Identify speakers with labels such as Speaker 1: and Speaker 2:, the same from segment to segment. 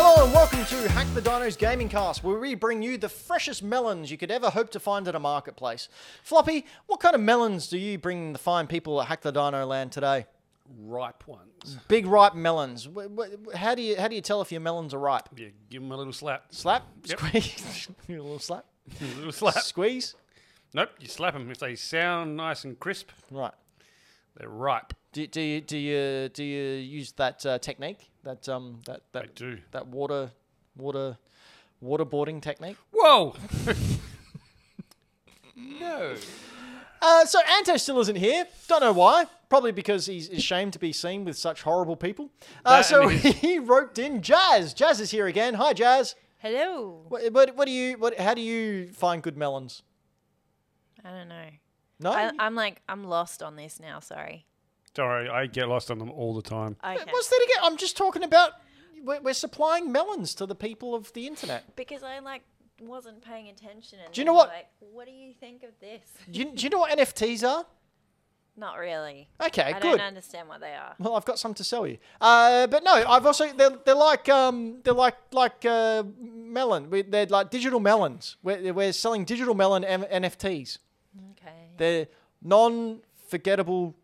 Speaker 1: Hello and welcome to Hack the Dinos Gaming Cast, where we bring you the freshest melons you could ever hope to find at a marketplace. Floppy, what kind of melons do you bring the fine people at Hack the Dino Land today?
Speaker 2: ripe ones.
Speaker 1: Big ripe melons. Wh- wh- How do you how do you tell if your melons are ripe?
Speaker 2: Yeah, give them a little slap.
Speaker 1: Slap,
Speaker 2: Yep.
Speaker 1: squeeze, a little slap,
Speaker 2: A little slap.
Speaker 1: squeeze.
Speaker 2: Nope, you slap them. If they sound nice and crisp,
Speaker 1: Right.
Speaker 2: they're ripe.
Speaker 1: Do, do you do you do you use that uh, technique that um that
Speaker 2: I
Speaker 1: that
Speaker 2: do.
Speaker 1: that water water waterboarding technique?
Speaker 2: Whoa!
Speaker 1: Uh, so Anto still isn't here. Don't know why. Probably because he's ashamed to be seen with such horrible people. Uh,
Speaker 2: That
Speaker 1: so
Speaker 2: and
Speaker 1: he roped in Jazz. Jazz is here again. Hi, Jazz.
Speaker 3: Hello.
Speaker 1: What, what, what do you? What? How do you find good melons?
Speaker 3: I don't know.
Speaker 1: No.
Speaker 3: I, I'm like I'm lost on this now. Sorry.
Speaker 2: Don't worry, I get lost on them all the time.
Speaker 3: Okay.
Speaker 1: What's that again? I'm just talking about. We're, we're supplying melons to the people of the internet.
Speaker 3: Because I like wasn't paying attention. And
Speaker 1: Do you
Speaker 3: then
Speaker 1: know what-
Speaker 3: Like, what do you think of this?
Speaker 1: Do you, do you know what NFTs are?
Speaker 3: Not really.
Speaker 1: Okay,
Speaker 3: I
Speaker 1: good.
Speaker 3: don't understand what they are.
Speaker 1: Well, I've got some to sell you. Uh, but no, I've also they're, they're like um, they're like like uh, melon. We, they're like digital melons. We're, we're selling digital melon M- NFTs.
Speaker 3: Okay.
Speaker 1: They're non-forgettable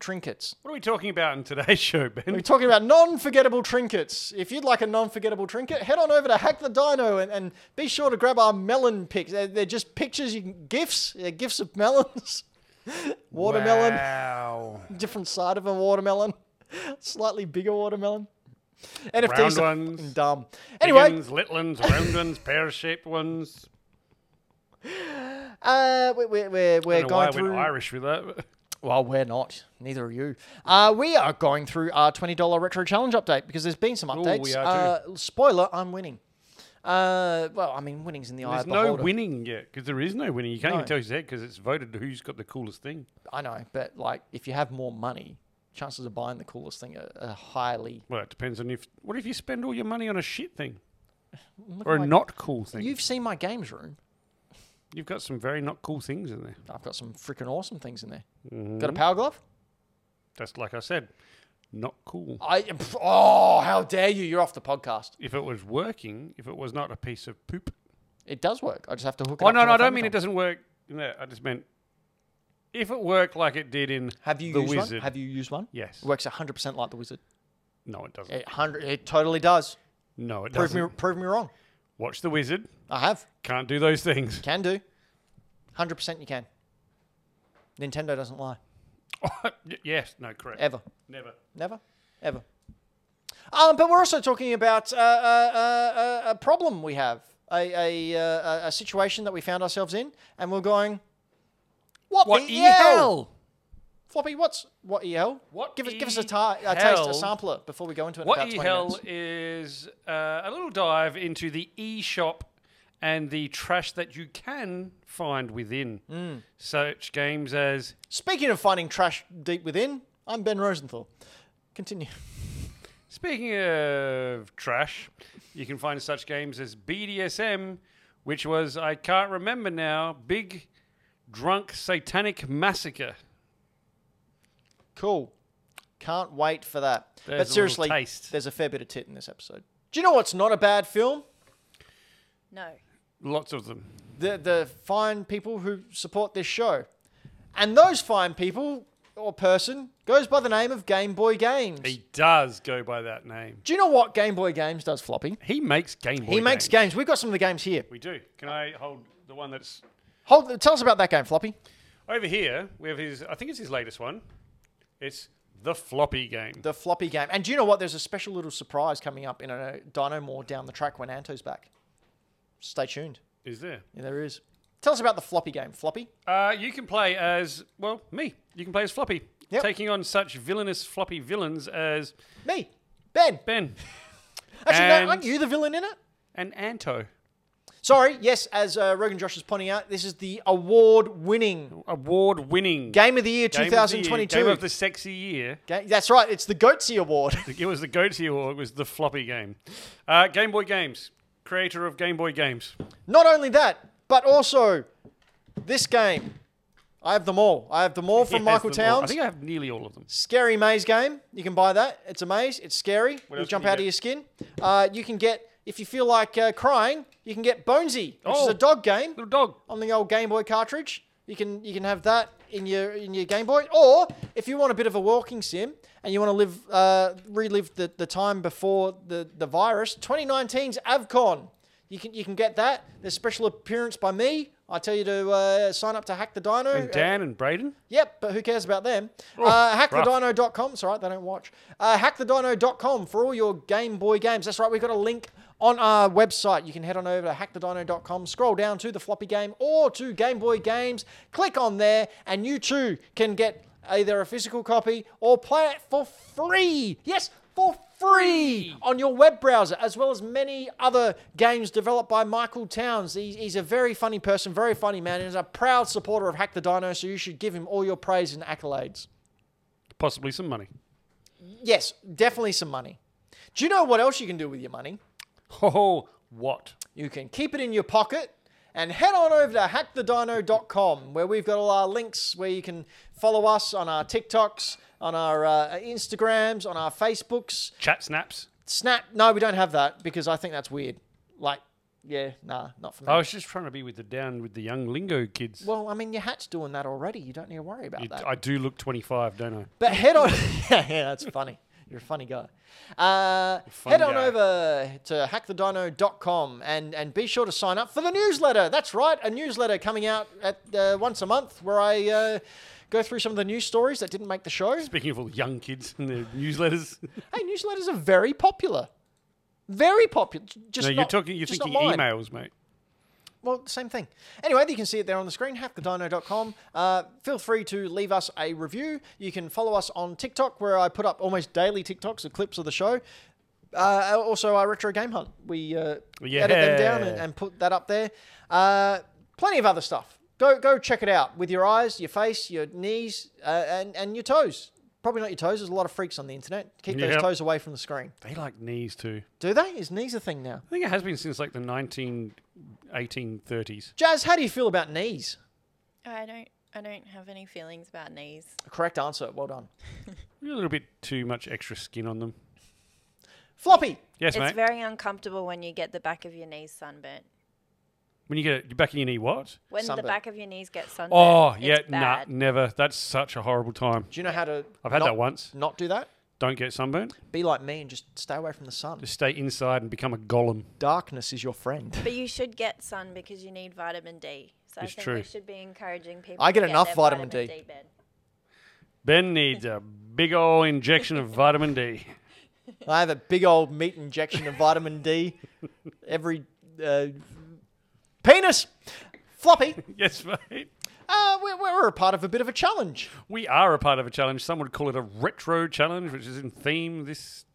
Speaker 1: trinkets.
Speaker 2: What are we talking about in today's show,
Speaker 1: We're
Speaker 2: Ben?
Speaker 1: talking about non-forgettable trinkets. If you'd like a non-forgettable trinket, head on over to Hack the Dino and, and be sure to grab our melon pics. They're, they're just pictures, you can, gifts, they're gifts of melons, watermelon,
Speaker 2: Wow.
Speaker 1: different side of a watermelon, slightly bigger watermelon. NFTs
Speaker 2: Round
Speaker 1: are
Speaker 2: ones.
Speaker 1: fucking dumb. Anyway,
Speaker 2: Biggins, little ones, round ones, pear-shaped ones.
Speaker 1: uh, we- we- we're, we're
Speaker 2: I don't know why
Speaker 1: going
Speaker 2: I went
Speaker 1: through.
Speaker 2: Irish with that.
Speaker 1: Well, we're not. Neither are you. Uh, we are going through our twenty dollar retro challenge update because there's been some updates.
Speaker 2: we are
Speaker 1: uh, spoiler: I'm winning. Uh, well, I mean, winning's in the eye
Speaker 2: There's
Speaker 1: of
Speaker 2: no
Speaker 1: beholder.
Speaker 2: winning yet because there is no winning. You can't
Speaker 1: No.
Speaker 2: even tell who's there because it's voted who's got the coolest thing.
Speaker 1: I know, but like, if you have more money, chances of buying the coolest thing are, are highly.
Speaker 2: Well, it depends on if. What if you spend all your money on a shit thing
Speaker 1: Look
Speaker 2: or
Speaker 1: at
Speaker 2: a
Speaker 1: my-
Speaker 2: not cool thing?
Speaker 1: You've seen my games room.
Speaker 2: You've got some very not cool things in there.
Speaker 1: I've got some freaking awesome things in there.
Speaker 2: Mm-hmm.
Speaker 1: Got a power glove.
Speaker 2: That's like I said, not cool.
Speaker 1: I oh, how dare you! You're off the podcast.
Speaker 2: If it was working, if it was not a piece of poop.
Speaker 1: It does work. I just have to hook it
Speaker 2: Oh
Speaker 1: up.
Speaker 2: no,
Speaker 1: to
Speaker 2: no,
Speaker 1: my
Speaker 2: I don't
Speaker 1: phone
Speaker 2: mean it
Speaker 1: account.
Speaker 2: doesn't work. No, I just meant if it worked like it did in
Speaker 1: Have you
Speaker 2: the
Speaker 1: used
Speaker 2: wizard.
Speaker 1: one? Have you used one?
Speaker 2: yes.
Speaker 1: It works 100% like the wizard.
Speaker 2: No, it doesn't.
Speaker 1: It, hundred, it totally does.
Speaker 2: no, it
Speaker 1: Eh, Prove
Speaker 2: doesn't.
Speaker 1: me, prove me wrong.
Speaker 2: Watch the wizard.
Speaker 1: I have.
Speaker 2: Can't do those things.
Speaker 1: Can do. 100% you can. Nintendo doesn't lie.
Speaker 2: Y- yes. No. Correct.
Speaker 1: Ever.
Speaker 2: Never.
Speaker 1: Never. Ever. Um, but we're also talking about uh, uh, uh, uh, a problem we have, a, a, uh, a- a situation that we found ourselves in, and we're going, what,
Speaker 2: What
Speaker 1: the
Speaker 2: e
Speaker 1: hell?
Speaker 2: hell?
Speaker 1: Floppy, what's what EL?
Speaker 2: What
Speaker 1: give us give us a,
Speaker 2: e
Speaker 1: ta- a taste, a
Speaker 2: hell?
Speaker 1: sampler before we go into it. in
Speaker 2: What
Speaker 1: about
Speaker 2: e
Speaker 1: 20
Speaker 2: hell
Speaker 1: minutes.
Speaker 2: is uh, a little dive into the e shop and the trash that you can find within
Speaker 1: Hmm.
Speaker 2: such games as
Speaker 1: Speaking of finding trash deep within, I'm Ben Rosenthal. Continue.
Speaker 2: Speaking of trash, you can find such games as BDSM, which was, I can't remember now, Big Drunk Satanic Massacre.
Speaker 1: Cool. Can't wait for that.
Speaker 2: There's a
Speaker 1: but
Speaker 2: little
Speaker 1: seriously,
Speaker 2: taste.
Speaker 1: there's a fair bit of tit in this episode. Do you know what's not a bad film?
Speaker 3: No.
Speaker 2: Lots of them.
Speaker 1: The the fine people who support this show, and those fine people or person goes by the name of Game Boy Games.
Speaker 2: He does go by that name.
Speaker 1: Do you know what Game Boy Games does, Floppy?
Speaker 2: He makes Game Boy
Speaker 1: he makes
Speaker 2: games.
Speaker 1: games. We've got some of the games here.
Speaker 2: We do. Can I hold the one that's
Speaker 1: Hold. Tell us about that game, Floppy.
Speaker 2: over here? We have his, I think it's his latest one. It's the floppy game.
Speaker 1: The floppy game. And do you know what? There's a special little surprise coming up in a Dino More down the track when Anto's back. Stay tuned.
Speaker 2: Is there?
Speaker 1: Yeah, there is. Tell us about the floppy game, Floppy.
Speaker 2: Uh, you can play as, well, me. You can play as Floppy.
Speaker 1: Yep.
Speaker 2: Taking on such villainous floppy villains as
Speaker 1: Me, Ben.
Speaker 2: Ben
Speaker 1: Actually, no,
Speaker 2: And-
Speaker 1: aren't you the villain in it?
Speaker 2: and Anto.
Speaker 1: Sorry, yes, as uh, Rogan Josh is pointing out, this is the award winning
Speaker 2: award winning
Speaker 1: Game of the Year 2022.
Speaker 2: Game of the sexy year.
Speaker 1: Ga- That's right, it's the Goatsy Award.
Speaker 2: It was the goatee or it was the floppy game. Uh, game Boy Games creator of Game Boy games.
Speaker 1: Not only that, but also this game. I have them all. I have them all from
Speaker 2: Yes,
Speaker 1: Michael
Speaker 2: them all.
Speaker 1: Towns.
Speaker 2: I think I have nearly all of them.
Speaker 1: Scary maze game. You can buy that. It's a maze. It's scary. you
Speaker 2: else
Speaker 1: jump
Speaker 2: can
Speaker 1: out
Speaker 2: you get?
Speaker 1: of your skin. Uh, you can get, if you feel like uh, crying, you can get Bonesy, which is
Speaker 2: Oh.
Speaker 1: a dog game
Speaker 2: Little dog.
Speaker 1: on the old Game Boy cartridge. You can you can have that in your in your Game Boy, or if you want a bit of a walking sim and you want to live uh, relive the, the time before the, the virus, 2019's Avcon. You can you can get that. There's special appearance by me. I tell you to uh, sign up to Hack the Dino.
Speaker 2: And Dan and Braden.
Speaker 1: Yep, but who cares about them? uh, hackthedino.com. It's all right, they don't watch. Uh, hackthedino.com for all your Game Boy games. That's right, we've got a link on our website. You can head on over to hackthedino.com, scroll down to the floppy game or to Game Boy games, click on there, and you too can get either a physical copy or play it for free. Yes, for free on your web browser, as well as many other games developed by Michael Towns. He's, he's a very funny person, very funny man, and is a proud supporter of Hack the Dino, so you should give him all your praise and accolades.
Speaker 2: Possibly some money.
Speaker 1: Yes, definitely some money. Do you know what else you can do with your money?
Speaker 2: Oh, what?
Speaker 1: You can keep it in your pocket and head on over to hackthedino.com where we've got all our links where you can follow us on our TikToks, on our uh, Instagrams, on our Facebooks,
Speaker 2: Chat snaps.
Speaker 1: Snap. No, we don't have that because I think that's weird. Like, yeah, nah, not for me.
Speaker 2: I was just trying to be with the down with the young lingo kids.
Speaker 1: well, I mean, your hat's doing that already. You don't need to worry about
Speaker 2: You-
Speaker 1: that.
Speaker 2: I do look 25, don't I?
Speaker 1: But head on. yeah, yeah, that's funny. You're a funny guy. Uh,
Speaker 2: fun
Speaker 1: head on
Speaker 2: guy.
Speaker 1: over to hackthedino.com and, and be sure to sign up for the newsletter. That's right, a newsletter coming out at uh, once a month where I uh, go through some of the news stories that didn't make the show.
Speaker 2: Speaking of all the young kids and their newsletters.
Speaker 1: Hey, newsletters are very popular. Very popular. J- Just
Speaker 2: no, you're
Speaker 1: not-
Speaker 2: talking. You're
Speaker 1: just not
Speaker 2: thinking
Speaker 1: mine.
Speaker 2: emails, mate.
Speaker 1: Well, same thing. Anyway, you can see it there on the screen, hackthedino.com. Uh, feel free to leave us a review. You can follow us on TikTok, where I put up almost daily TikToks of clips of the show. Uh, also, our retro game hunt. We uh, edit them down and,
Speaker 2: Yeah.
Speaker 1: and put that up there. Uh, plenty of other stuff. Go go check it out with your eyes, your face, your knees, uh, and and your toes. Probably not your toes. There's a lot of freaks on the internet. Keep those
Speaker 2: Yep.
Speaker 1: toes away from the screen.
Speaker 2: They like knees too.
Speaker 1: Do they? Is knees a thing now?
Speaker 2: I think it has been since like the 19, 1830s.
Speaker 1: Jazz, how do you feel about knees?
Speaker 3: I don't. I don't have any feelings about knees.
Speaker 1: Correct answer. Well done.
Speaker 2: A little bit too much extra skin on them.
Speaker 1: Floppy.
Speaker 2: Yes,
Speaker 3: it's
Speaker 2: mate.
Speaker 3: very uncomfortable when you get the back of your knees sunburnt.
Speaker 2: when you get it back in your knee, what?
Speaker 3: When
Speaker 1: Sunburn.
Speaker 3: the back of your knees get sunburnt.
Speaker 2: Oh,
Speaker 3: it's
Speaker 2: yeah, nah,
Speaker 3: bad.
Speaker 2: never. That's such a horrible time.
Speaker 1: Do you know how to?
Speaker 2: I've had
Speaker 1: not,
Speaker 2: that once.
Speaker 1: Not do that.
Speaker 2: Don't get sunburned.
Speaker 1: Be like me and just stay away from the sun.
Speaker 2: Just stay inside and become a golem.
Speaker 1: Darkness is your friend.
Speaker 3: But you should get sun because you need vitamin D. So
Speaker 2: It's
Speaker 3: I think
Speaker 2: true.
Speaker 3: we should be encouraging people.
Speaker 1: I
Speaker 3: to
Speaker 1: get enough
Speaker 3: their
Speaker 1: vitamin
Speaker 3: vitamin
Speaker 1: D.
Speaker 3: D bed.
Speaker 2: Ben needs a big ol' injection of vitamin D.
Speaker 1: I have a big old meat injection of vitamin D every uh, penis. Floppy,
Speaker 2: Yes, mate.
Speaker 1: uh, we're, we're a part of a bit of a challenge.
Speaker 2: We are a part of a challenge. Some would call it a retro challenge, which is in theme this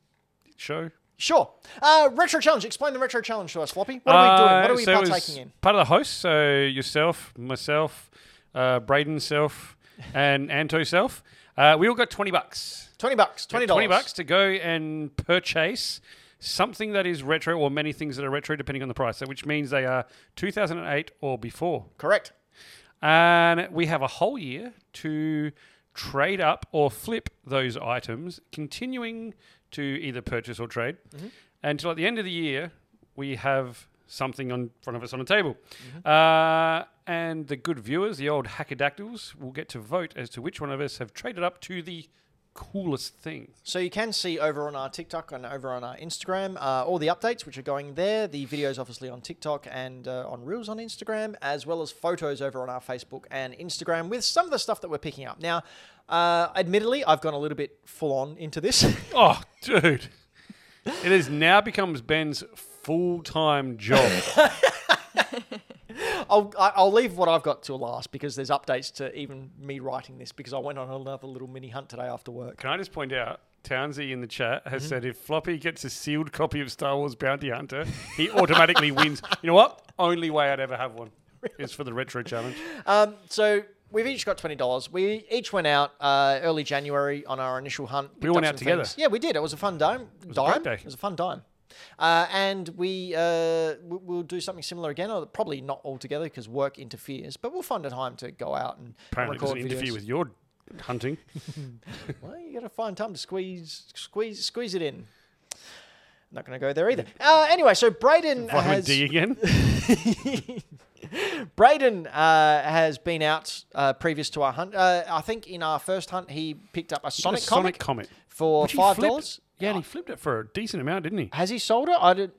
Speaker 2: show.
Speaker 1: Sure. Uh, retro challenge. Explain the retro challenge to us, Floppy. What are we doing? What
Speaker 2: Uh,
Speaker 1: are we
Speaker 2: so it was
Speaker 1: partaking in?
Speaker 2: Part of the host, so yourself, myself, uh, Braden's self, and Anto's self. Uh, we all got 20 bucks.
Speaker 1: Twenty bucks. Twenty dollars.
Speaker 2: 20 bucks to go and purchase something that is retro or many things that are retro depending on the price, so which means they are 2008 or before.
Speaker 1: Correct.
Speaker 2: And we have a whole year to trade up or flip those items, continuing to either purchase or trade until at the end of the year we have something on front of us on a table. Uh, and the good viewers, the old hackadactyls, will get to vote as to which one of us have traded up to the coolest thing.
Speaker 1: So you can see over on our TikTok and over on our Instagram uh, all the updates which are going there. The videos, obviously, on TikTok and uh, on Reels on Instagram, as well as photos over on our Facebook and Instagram with some of the stuff that we're picking up. Now, uh, admittedly, I've gone a little bit full on into this.
Speaker 2: Oh, dude. It is now becomes Ben's full time job.
Speaker 1: I'll, I- I'll leave what I've got till last because there's updates to even me writing this because I went on another little mini hunt today after work.
Speaker 2: Can I just point out, Townsy in the chat
Speaker 1: Mm-hmm.
Speaker 2: has said if Floppy gets a sealed copy of Star Wars Bounty Hunter, he automatically wins. You know what? Only way I'd ever have one is for the retro challenge.
Speaker 1: Um, so. We've each got twenty dollars. We each went out uh, early January on our initial hunt. picked
Speaker 2: all
Speaker 1: up
Speaker 2: went out
Speaker 1: some
Speaker 2: together.
Speaker 1: things. Yeah, we did. It was a fun dime.
Speaker 2: a
Speaker 1: dime.
Speaker 2: great day.
Speaker 1: It was a fun dime. Uh, and we uh, w- we'll do something similar again, or probably not altogether because work interferes. But we'll find a time to go out and
Speaker 2: Apparently, there's
Speaker 1: record
Speaker 2: an interview
Speaker 1: videos.
Speaker 2: with your hunting.
Speaker 1: Well, you got to find time to squeeze, squeeze, squeeze it in. Not going to go there either. Uh, anyway, so Braden
Speaker 2: Vitamin
Speaker 1: has
Speaker 2: D again.
Speaker 1: Braden uh, has been out uh, previous to our hunt. Uh, I think in our first hunt, he picked up a Sonic,
Speaker 2: a
Speaker 1: comic
Speaker 2: Sonic comic.
Speaker 1: for
Speaker 2: Which he
Speaker 1: five
Speaker 2: flipped-
Speaker 1: dollars. Oh.
Speaker 2: Yeah, and he flipped it for a decent amount, didn't he?
Speaker 1: Has he sold it? I did.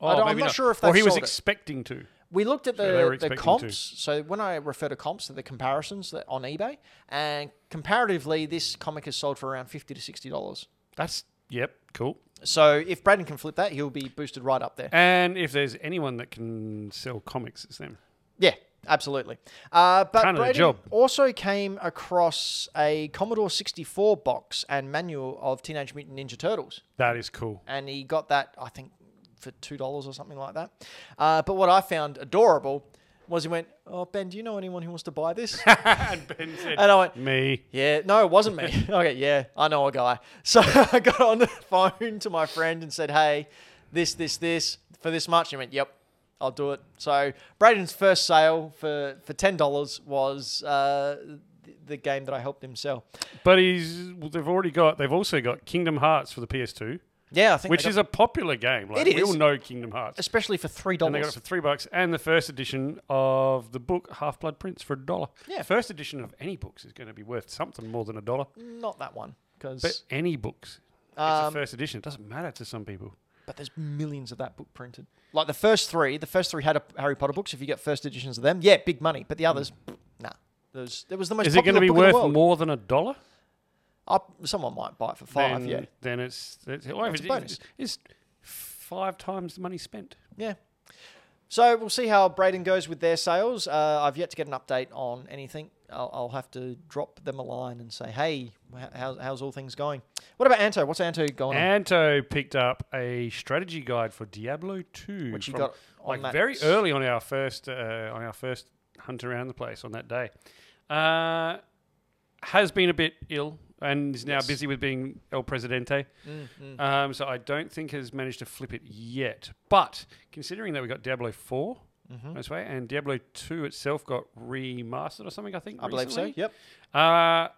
Speaker 1: I don't, I'm
Speaker 2: Oh, maybe
Speaker 1: not sure if
Speaker 2: Or
Speaker 1: they've
Speaker 2: he was
Speaker 1: sold it.
Speaker 2: expecting to.
Speaker 1: We looked at
Speaker 2: they were
Speaker 1: the, the
Speaker 2: expecting to.
Speaker 1: comps. So when I refer to comps, they're the comparisons that on eBay, and comparatively, this comic has sold for around fifty to sixty dollars.
Speaker 2: That's yep, cool.
Speaker 1: So if Braden can flip that, he'll be boosted right up there.
Speaker 2: And if there's anyone that can sell comics, it's them.
Speaker 1: Yeah, absolutely. Uh, but
Speaker 2: Kind of the
Speaker 1: Braden
Speaker 2: job.
Speaker 1: also came across a Commodore 64 box and manual of Teenage Mutant Ninja Turtles,
Speaker 2: That is cool.
Speaker 1: and he got that I think for two dollars or something like that. Uh, but what I found adorable was he went, "Oh Ben, do you know anyone who wants to buy this?"
Speaker 2: and Ben said,
Speaker 1: and I went,
Speaker 2: "Me."
Speaker 1: Yeah, no, it wasn't me. okay, yeah, I know a guy. So I got on the phone to my friend and said, hey, this, this, this, for this much. And he went, yep, I'll do it. So Braden's first sale for, for $10 was uh, th- the game that I helped him sell.
Speaker 2: But he's. well, They've already got. They've also got Kingdom Hearts for the PS2,
Speaker 1: Yeah, I think
Speaker 2: which
Speaker 1: they
Speaker 2: is
Speaker 1: got-
Speaker 2: a popular game. Like,
Speaker 1: It
Speaker 2: We all
Speaker 1: is.
Speaker 2: know Kingdom Hearts.
Speaker 1: especially for
Speaker 2: And they got it
Speaker 1: $3.
Speaker 2: for three bucks, and the first edition of the book Half Blood Prince for a dollar.
Speaker 1: Yeah.
Speaker 2: First edition of any books is going to be worth something more than a dollar.
Speaker 1: Not that one.
Speaker 2: But
Speaker 1: Because,
Speaker 2: any books,
Speaker 1: um,
Speaker 2: it's the first edition. It doesn't matter to some people.
Speaker 1: but there's millions of that book printed. Like the first three, the first three had a Harry Potter books. If you get first editions of them, yeah, big money. But the others, nah. Those, it was the most.
Speaker 2: Hmm. Is it going to
Speaker 1: popular
Speaker 2: be
Speaker 1: book in the
Speaker 2: worth
Speaker 1: world.
Speaker 2: more than a dollar?
Speaker 1: I, someone might buy it for five.
Speaker 2: Then,
Speaker 1: yeah,
Speaker 2: Then it's, it's, well, if
Speaker 1: It's a
Speaker 2: it's,
Speaker 1: bonus.
Speaker 2: it's five times the money spent.
Speaker 1: yeah. So we'll see how Braden goes with their sales. Uh, I've yet to get an update on anything. I'll, I'll have to drop them a line and say, "Hey, h- how's, how's all things going?" What about Anto? What's Anto going on?
Speaker 2: Anto picked up a strategy guide for Diablo 2,
Speaker 1: Which you
Speaker 2: from,
Speaker 1: got on
Speaker 2: like
Speaker 1: that-
Speaker 2: very early on our first uh, on our first hunt around the place on that day. Uh, has been a bit ill and is now
Speaker 1: Yes.
Speaker 2: busy with being El Presidente.
Speaker 1: Mm, mm.
Speaker 2: Um, so I don't think has managed to flip it yet. But considering that we got Diablo 4
Speaker 1: Mhm.
Speaker 2: this way and Diablo 2 itself got remastered or something, I think.
Speaker 1: I believe so.
Speaker 2: recently.
Speaker 1: Yep.
Speaker 2: Uh,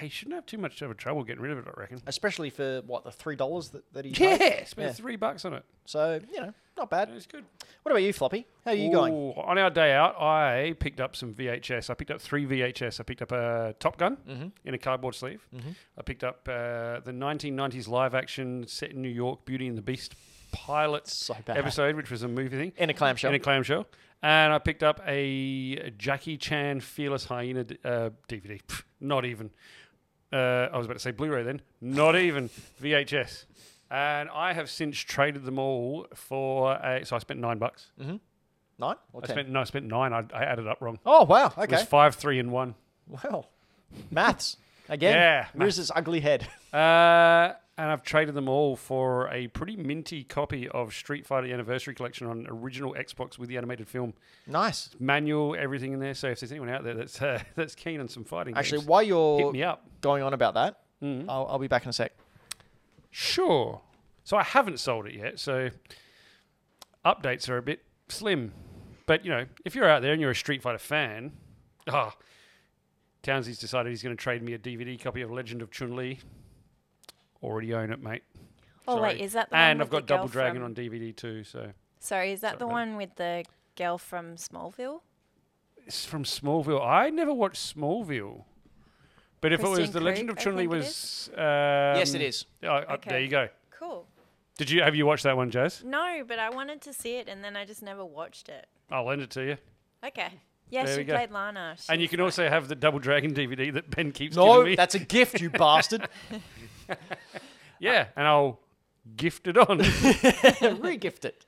Speaker 2: he shouldn't have too much of a trouble getting rid of it, I reckon.
Speaker 1: Especially for what the three dollars that, that he paid.
Speaker 2: Yeah, spent
Speaker 1: Yeah.
Speaker 2: three bucks on it.
Speaker 1: So you know, not bad.
Speaker 2: It's good.
Speaker 1: What about you, Floppy? How are you going?
Speaker 2: Ooh, On our day out, I picked up some VHS. I picked up three VHS. I picked up a Top Gun
Speaker 1: Mhm.
Speaker 2: in a cardboard sleeve.
Speaker 1: Mhm.
Speaker 2: I picked up uh, the 1990s live action set in New York Beauty and the Beast pilot
Speaker 1: So bad.
Speaker 2: episode, which was a movie thing
Speaker 1: In a clamshell.
Speaker 2: in a clamshell. And I picked up a Jackie Chan Fearless Hyena d- uh, DVD. Pff, Not even. Uh, I was about to say Blu ray then. Not even. VHS. And I have since traded them all for. A, so I spent nine bucks.
Speaker 1: Nine or
Speaker 2: I
Speaker 1: ten?
Speaker 2: spent no, I spent nine. I, I added up wrong.
Speaker 1: oh wow.
Speaker 2: It was
Speaker 1: Okay.
Speaker 2: five, three, and one.
Speaker 1: Wow. Maths again.
Speaker 2: Yeah,
Speaker 1: Rears its ugly head.
Speaker 2: Uh, and I've traded them all for a pretty minty copy of Street Fighter Anniversary Collection on original Xbox with the animated film
Speaker 1: Nice.
Speaker 2: manual, everything in there. So if there's anyone out there that's uh, that's keen on some fighting,
Speaker 1: Actually,
Speaker 2: games,
Speaker 1: while
Speaker 2: hit
Speaker 1: you're
Speaker 2: me up. Mm-hmm.
Speaker 1: going on about that, I'll, I'll be back in a sec.
Speaker 2: Sure. So I haven't sold it yet. So updates are a bit slim. But you know, if you're out there and you're a Street Fighter fan, ah, Townsley's decided he's going to trade me a DVD copy of Legend of Chun Li. Already own it, mate.
Speaker 3: Oh wait,
Speaker 2: Sorry.
Speaker 3: is that the
Speaker 2: and
Speaker 3: one
Speaker 2: I've
Speaker 3: with the
Speaker 2: got Double
Speaker 3: girl
Speaker 2: Dragon
Speaker 3: from-
Speaker 2: on DVD too. So
Speaker 3: Sorry, is that
Speaker 2: Sorry
Speaker 3: the
Speaker 2: about
Speaker 3: one with the girl from Smallville?
Speaker 2: it's from Smallville. I never watched Smallville. But if it was
Speaker 3: Christine
Speaker 2: the Legend
Speaker 3: Krug,
Speaker 2: of
Speaker 3: I
Speaker 2: Chun Li
Speaker 3: think it
Speaker 2: was, um,
Speaker 1: yes, it is.
Speaker 2: I- I- There
Speaker 3: Okay.
Speaker 2: you go.
Speaker 3: Cool.
Speaker 2: Did you have you watched that one, Jazz?
Speaker 3: No, but I wanted to see it and then I just never watched it.
Speaker 2: I'll lend it to you.
Speaker 3: Okay. Yeah,
Speaker 2: There we
Speaker 3: she
Speaker 2: go.
Speaker 3: played Lana.
Speaker 2: And you
Speaker 3: She's
Speaker 2: can
Speaker 3: my-
Speaker 2: also have the Double Dragon DVD that Ben keeps giving
Speaker 1: No,
Speaker 2: me.
Speaker 1: that's a gift, you bastard.
Speaker 2: yeah, and I'll gift it on.
Speaker 1: Regift it.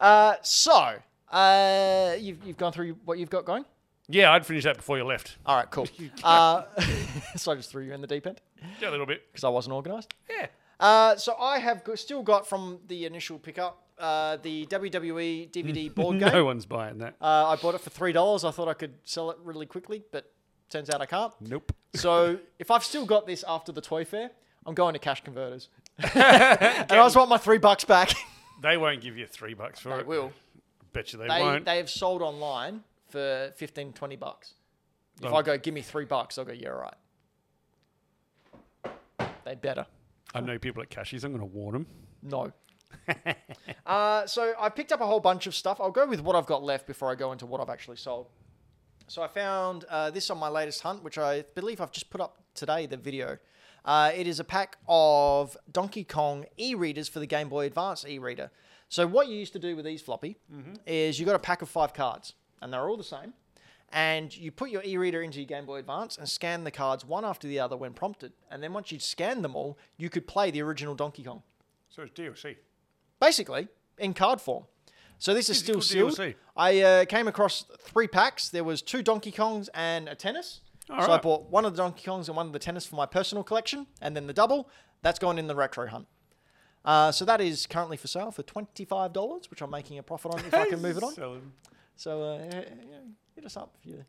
Speaker 1: Uh, so, uh, you've, you've gone through what you've got going?
Speaker 2: yeah, I'd finish that before you left.
Speaker 1: All right, cool. Uh, so I just threw you in the deep end
Speaker 2: Yeah, a little bit.
Speaker 1: because I wasn't organised.
Speaker 2: Yeah.
Speaker 1: Uh, so I have go- still got from the initial pickup uh, the E WWE DVD board game.
Speaker 2: No one's buying that.
Speaker 1: Uh, I bought it for three dollars. I thought I could sell it really quickly, but turns out I can't.
Speaker 2: Nope.
Speaker 1: So if I've still got this after the toy fair, I'm going to cash converters. and I just want my three bucks back.
Speaker 2: They won't give you three bucks for
Speaker 1: they
Speaker 2: it.
Speaker 1: will.
Speaker 2: Bet you they,
Speaker 1: They,
Speaker 2: won't.
Speaker 1: they have sold online for 15, 20 bucks. If
Speaker 2: Oh.
Speaker 1: I go, give me three bucks, I'll go, yeah, all right. They better.
Speaker 2: I know people at Cashies. I'm going to warn them.
Speaker 1: No. uh, so I picked up a whole bunch of stuff. I'll go with what I've got left before I go into what I've actually sold. So I found uh, this on my latest hunt, which I believe I've just put up today, the video. Uh, it is a pack of Donkey Kong e readers for the Game Boy Advance e reader. So, what you used to do with these, Floppy, is you got a pack of five cards, and they're all the same. And you put your e reader into your Game Boy Advance and scan the cards one after the other when prompted. And then, once you'd scanned them all, you could play the original Donkey Kong
Speaker 2: So it's DLC.
Speaker 1: basically in card form. So this is still
Speaker 2: Physical
Speaker 1: sealed.
Speaker 2: DLC.
Speaker 1: I uh, came across three packs. There was two Donkey Kongs and a tennis.
Speaker 2: All
Speaker 1: so I
Speaker 2: right.
Speaker 1: bought one of the Donkey Kongs and one of the tennis for my personal collection, and then the double that's going in the retro hunt. Uh, so that is currently for sale for twenty five dollars, which I'm making a profit on if I can move it on.
Speaker 2: Sell 'em.
Speaker 1: So uh, yeah, yeah, hit us up if you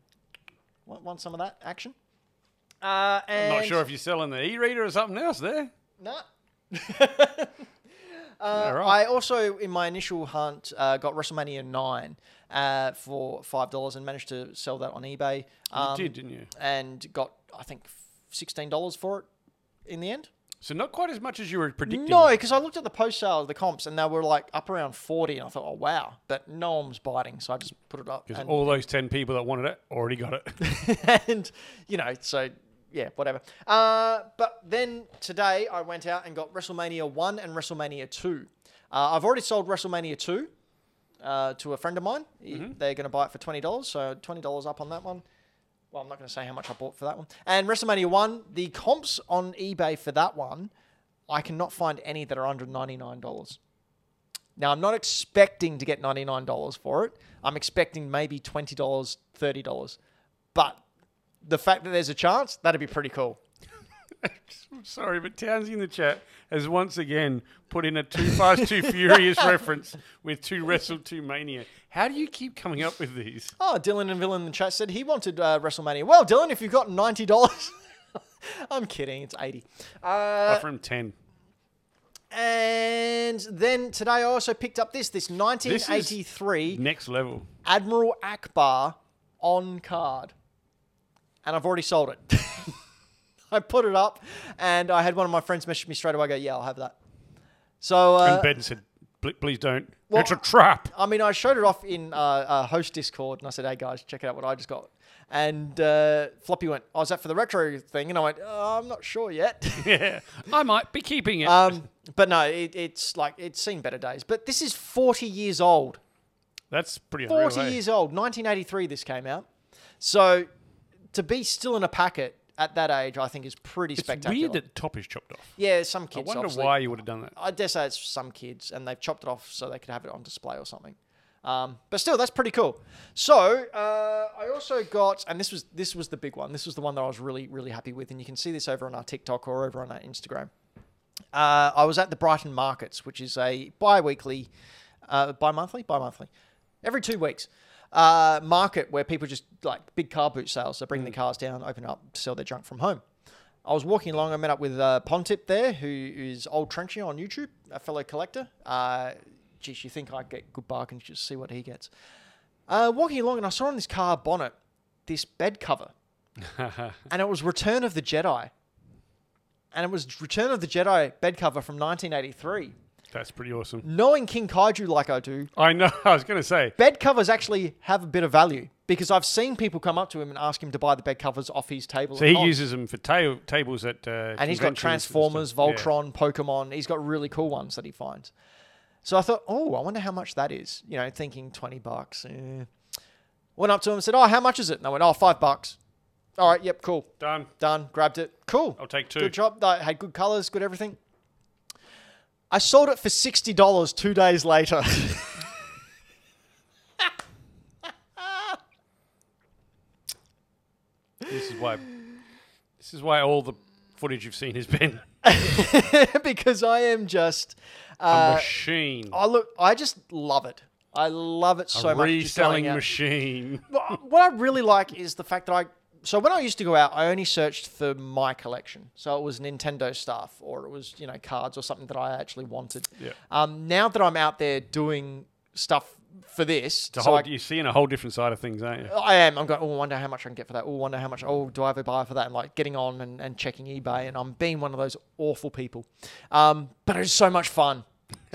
Speaker 1: want, want some of that action. Uh, and
Speaker 2: Not sure if you're selling the e-reader or something else there.
Speaker 1: Nah.
Speaker 2: All right.
Speaker 1: Uh, I also, in my initial hunt, uh, got WrestleMania 9 uh, for $5 and managed to sell that on eBay. Um,
Speaker 2: you did, didn't you?
Speaker 1: And got, I think, $16 for it in the end.
Speaker 2: So not quite as much as you were predicting.
Speaker 1: No, because I looked at the post sale of the comps and they were like up around 40 and I thought, oh, wow. But no one was biting, so I just put it up.
Speaker 2: Because
Speaker 1: And,
Speaker 2: all those 10 people that wanted it already got it.
Speaker 1: and, you know, so yeah, whatever. Uh, but then today I went out and got WrestleMania 1 and WrestleMania 2. Uh, I've already sold WrestleMania 2 uh, to a friend of mine. He- They're going to buy it for $20, so $20 up on that one. Well, I'm not going to say how much I bought for that one. And WrestleMania 1, the comps on eBay for that one, I cannot find any that are under $99. Now, I'm not expecting to get $99 for it. I'm expecting maybe $20, $30. But the fact that there's a chance, that'd be pretty cool.
Speaker 2: Sorry, but Townsy in the chat has once again put in a too fast, too furious reference with two wrestle, two mania. How do you keep coming up with these?
Speaker 1: Oh, Dylan and Villain in the chat said he wanted uh, WrestleMania. Well, Dylan, if you've got $90, I'm kidding, it's 80 Uh,
Speaker 2: Offer him ten.
Speaker 1: And then today I also picked up this, this 1983
Speaker 2: Next level.
Speaker 1: Admiral Akbar on card. And I've already sold it. I put it up and I had one of my friends message me straight away, I go, yeah, I'll have that. So,
Speaker 2: And
Speaker 1: uh,
Speaker 2: Ben said, "Pl- "Please don't.
Speaker 1: well,
Speaker 2: it's a trap."
Speaker 1: I mean, I showed it off in uh, uh, host Discord and I said, hey guys, check it out what I just got. And uh, Floppy went, oh, is that for the retro thing? And I went, oh, I'm not sure yet.
Speaker 2: Yeah, I might be keeping it.
Speaker 1: um, but no, it, it's like, it's seen better days. But this is 40 years old.
Speaker 2: That's pretty.
Speaker 1: 40
Speaker 2: unreal, eh?
Speaker 1: years old, 1983 this came out. So to be still in a packet at that age, I think is pretty
Speaker 2: It's
Speaker 1: spectacular.
Speaker 2: weird that the top is chopped off.
Speaker 1: yeah, some
Speaker 2: I
Speaker 1: kids.
Speaker 2: wonder
Speaker 1: obviously-
Speaker 2: why you would have done that.
Speaker 1: I dare say it's some kids, and they've chopped it off so they could have it on display or something. Um, but still, that's pretty cool. So uh, I also got, and this was this was the big one. This was the one that I was really really happy with, and you can see this over on our TikTok or over on our Instagram. Uh, I was at the Brighton Markets, which is a bi-weekly, uh, bi-monthly, bi-monthly, every two weeks uh, market where people just like big car boot sales. They bring the cars down, open up, sell their junk from home. I was walking along. I met up with uh, Pontip there, who is old Trenchy on YouTube, a fellow collector. Uh, geez, you think I get good bargains? Just see what he gets. Uh, walking along, and I saw on this car bonnet this bed cover, and it was Return of the Jedi, and it was Return of the Jedi bed cover from 1983.
Speaker 2: That's pretty awesome.
Speaker 1: Knowing King Kaiju like I do,
Speaker 2: I know. I was going to say.
Speaker 1: bed covers actually have a bit of value because I've seen people come up to him and ask him to buy the bed covers off his table.
Speaker 2: So he
Speaker 1: at cons.
Speaker 2: uses them for ta- tables at. Uh,
Speaker 1: and he's got
Speaker 2: conventions and stuff.
Speaker 1: Transformers,
Speaker 2: Yeah.
Speaker 1: Voltron, Pokemon. He's got really cool ones that he finds. So I thought, oh, I wonder how much that is. You know, thinking twenty bucks. eh. Went up to him and said, oh, how much is it? And I went, oh, five bucks. All right, yep, cool,
Speaker 2: Done.
Speaker 1: done. Grabbed it, cool.
Speaker 2: I'll take two.
Speaker 1: Good job. That had good colors, good everything. I sold it for sixty dollars two days later.
Speaker 2: This is why. This is why all the footage you've seen has been
Speaker 1: because I am just,
Speaker 2: a
Speaker 1: uh,
Speaker 2: machine,
Speaker 1: I look, I just love it. I love it so much. just going
Speaker 2: reselling
Speaker 1: out.
Speaker 2: machine.
Speaker 1: uh, Well, what I really like is the fact that I so when I used to go out, I only searched for my collection. So it was Nintendo stuff, or it was you know cards or something that I actually wanted.
Speaker 2: Yeah.
Speaker 1: Um, now that I'm out there doing stuff for this,
Speaker 2: It's a
Speaker 1: so
Speaker 2: whole,
Speaker 1: I,
Speaker 2: you're seeing a whole different side of things, aren't you?
Speaker 1: I am. I'm going. Oh, wonder how much I can get for that. Oh, wonder how much. Oh, do I ever buy for that? And like getting on and, and checking eBay. And I'm being one of those awful people. Um, but it's so much fun.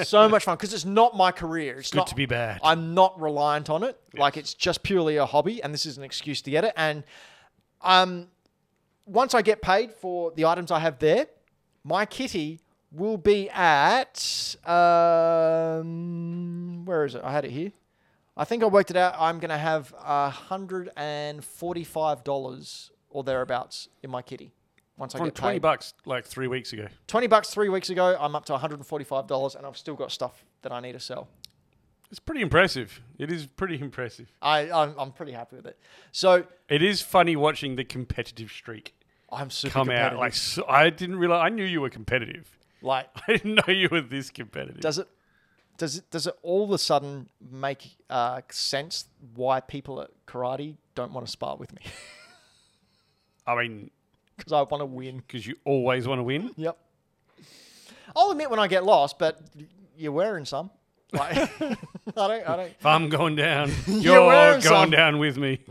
Speaker 1: So much fun because it's not my career. It's
Speaker 2: Good
Speaker 1: not,
Speaker 2: to be bad.
Speaker 1: I'm not reliant on it. Like it's just purely a hobby, and this is an excuse to get it. And um, once I get paid for the items I have there, my kitty will be at um, where is it? I had it here. I think I worked it out. I'm gonna have hundred and forty-five dollars or thereabouts in my kitty once I
Speaker 2: From
Speaker 1: get
Speaker 2: 20
Speaker 1: paid.
Speaker 2: bucks like three weeks ago.
Speaker 1: Twenty bucks three weeks ago. I'm up to one hundred and forty-five dollars, and I've still got stuff that I need to sell.
Speaker 2: It's pretty impressive. It is pretty impressive.
Speaker 1: I I'm, I'm pretty happy with it. So
Speaker 2: It is funny watching the competitive streak
Speaker 1: I'm super
Speaker 2: come out.
Speaker 1: competitive.
Speaker 2: Like so, I didn't realize. I knew you were competitive.
Speaker 1: like
Speaker 2: I didn't know you were this competitive.
Speaker 1: does it does it does it all of a sudden make uh, sense why people at karate don't want to spar with me
Speaker 2: I mean,
Speaker 1: because I want to win.
Speaker 2: because you always want to win.
Speaker 1: Yep. I'll admit when I get lost, but y- you're wearing some. Like, I don't. I don't.
Speaker 2: If I'm going down,
Speaker 1: You're
Speaker 2: you're,
Speaker 1: wearing
Speaker 2: going
Speaker 1: some.
Speaker 2: down with me.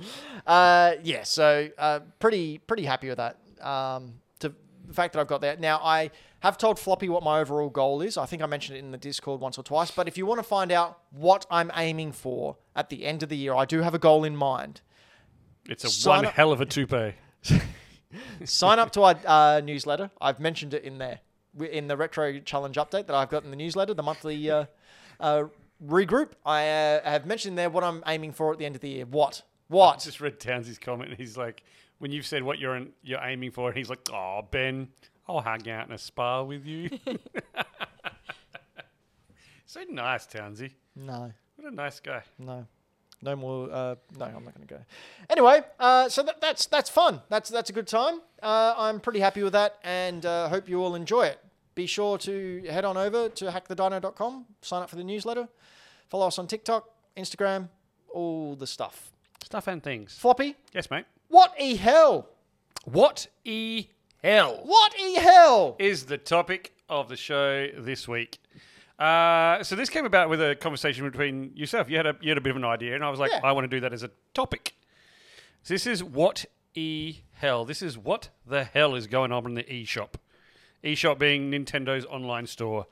Speaker 1: Uh, yeah. So uh, pretty pretty happy with that. Um, to the fact that I've got that now, I have told Floppy what my overall goal is. I think I mentioned it in the Discord once or twice. But if you want to find out what I'm aiming for at the end of the year, I do have a goal in mind.
Speaker 2: It's a
Speaker 1: Sign
Speaker 2: one
Speaker 1: up-
Speaker 2: hell of a toupee.
Speaker 1: sign up to our uh, newsletter. I've mentioned it in there We- in the retro challenge update that I've got in the newsletter, the monthly uh, uh, regroup. I uh, have mentioned there what I'm aiming for at the end of the year. What?
Speaker 2: I
Speaker 1: What?
Speaker 2: just read Townsie's comment. He's like, when you've said what you're you're aiming for, he's like, oh Ben, I'll hang out in a spa with you. so nice, Townsie.
Speaker 1: No,
Speaker 2: What a nice guy.
Speaker 1: no, no more. Uh, no, I'm not going to go. Anyway, uh, so that, that's that's fun. That's that's a good time. Uh, I'm pretty happy with that, and uh, hope you all enjoy it. Be sure to head on over to hackthedino.com, sign up for the newsletter, follow us on TikTok, Instagram, all the stuff.
Speaker 2: Stuff and things.
Speaker 1: Floppy,
Speaker 2: Yes, mate.
Speaker 1: What e hell?
Speaker 2: What e hell
Speaker 1: What e hell?
Speaker 2: is the topic of the show this week? Uh, so this came about with a conversation between yourself. You had a you had a bit of an idea, and I was like,
Speaker 1: Yeah.
Speaker 2: I want to do that as a topic. So this is what e hell. This is what the hell is going on in the e shop. E shop being Nintendo's online store.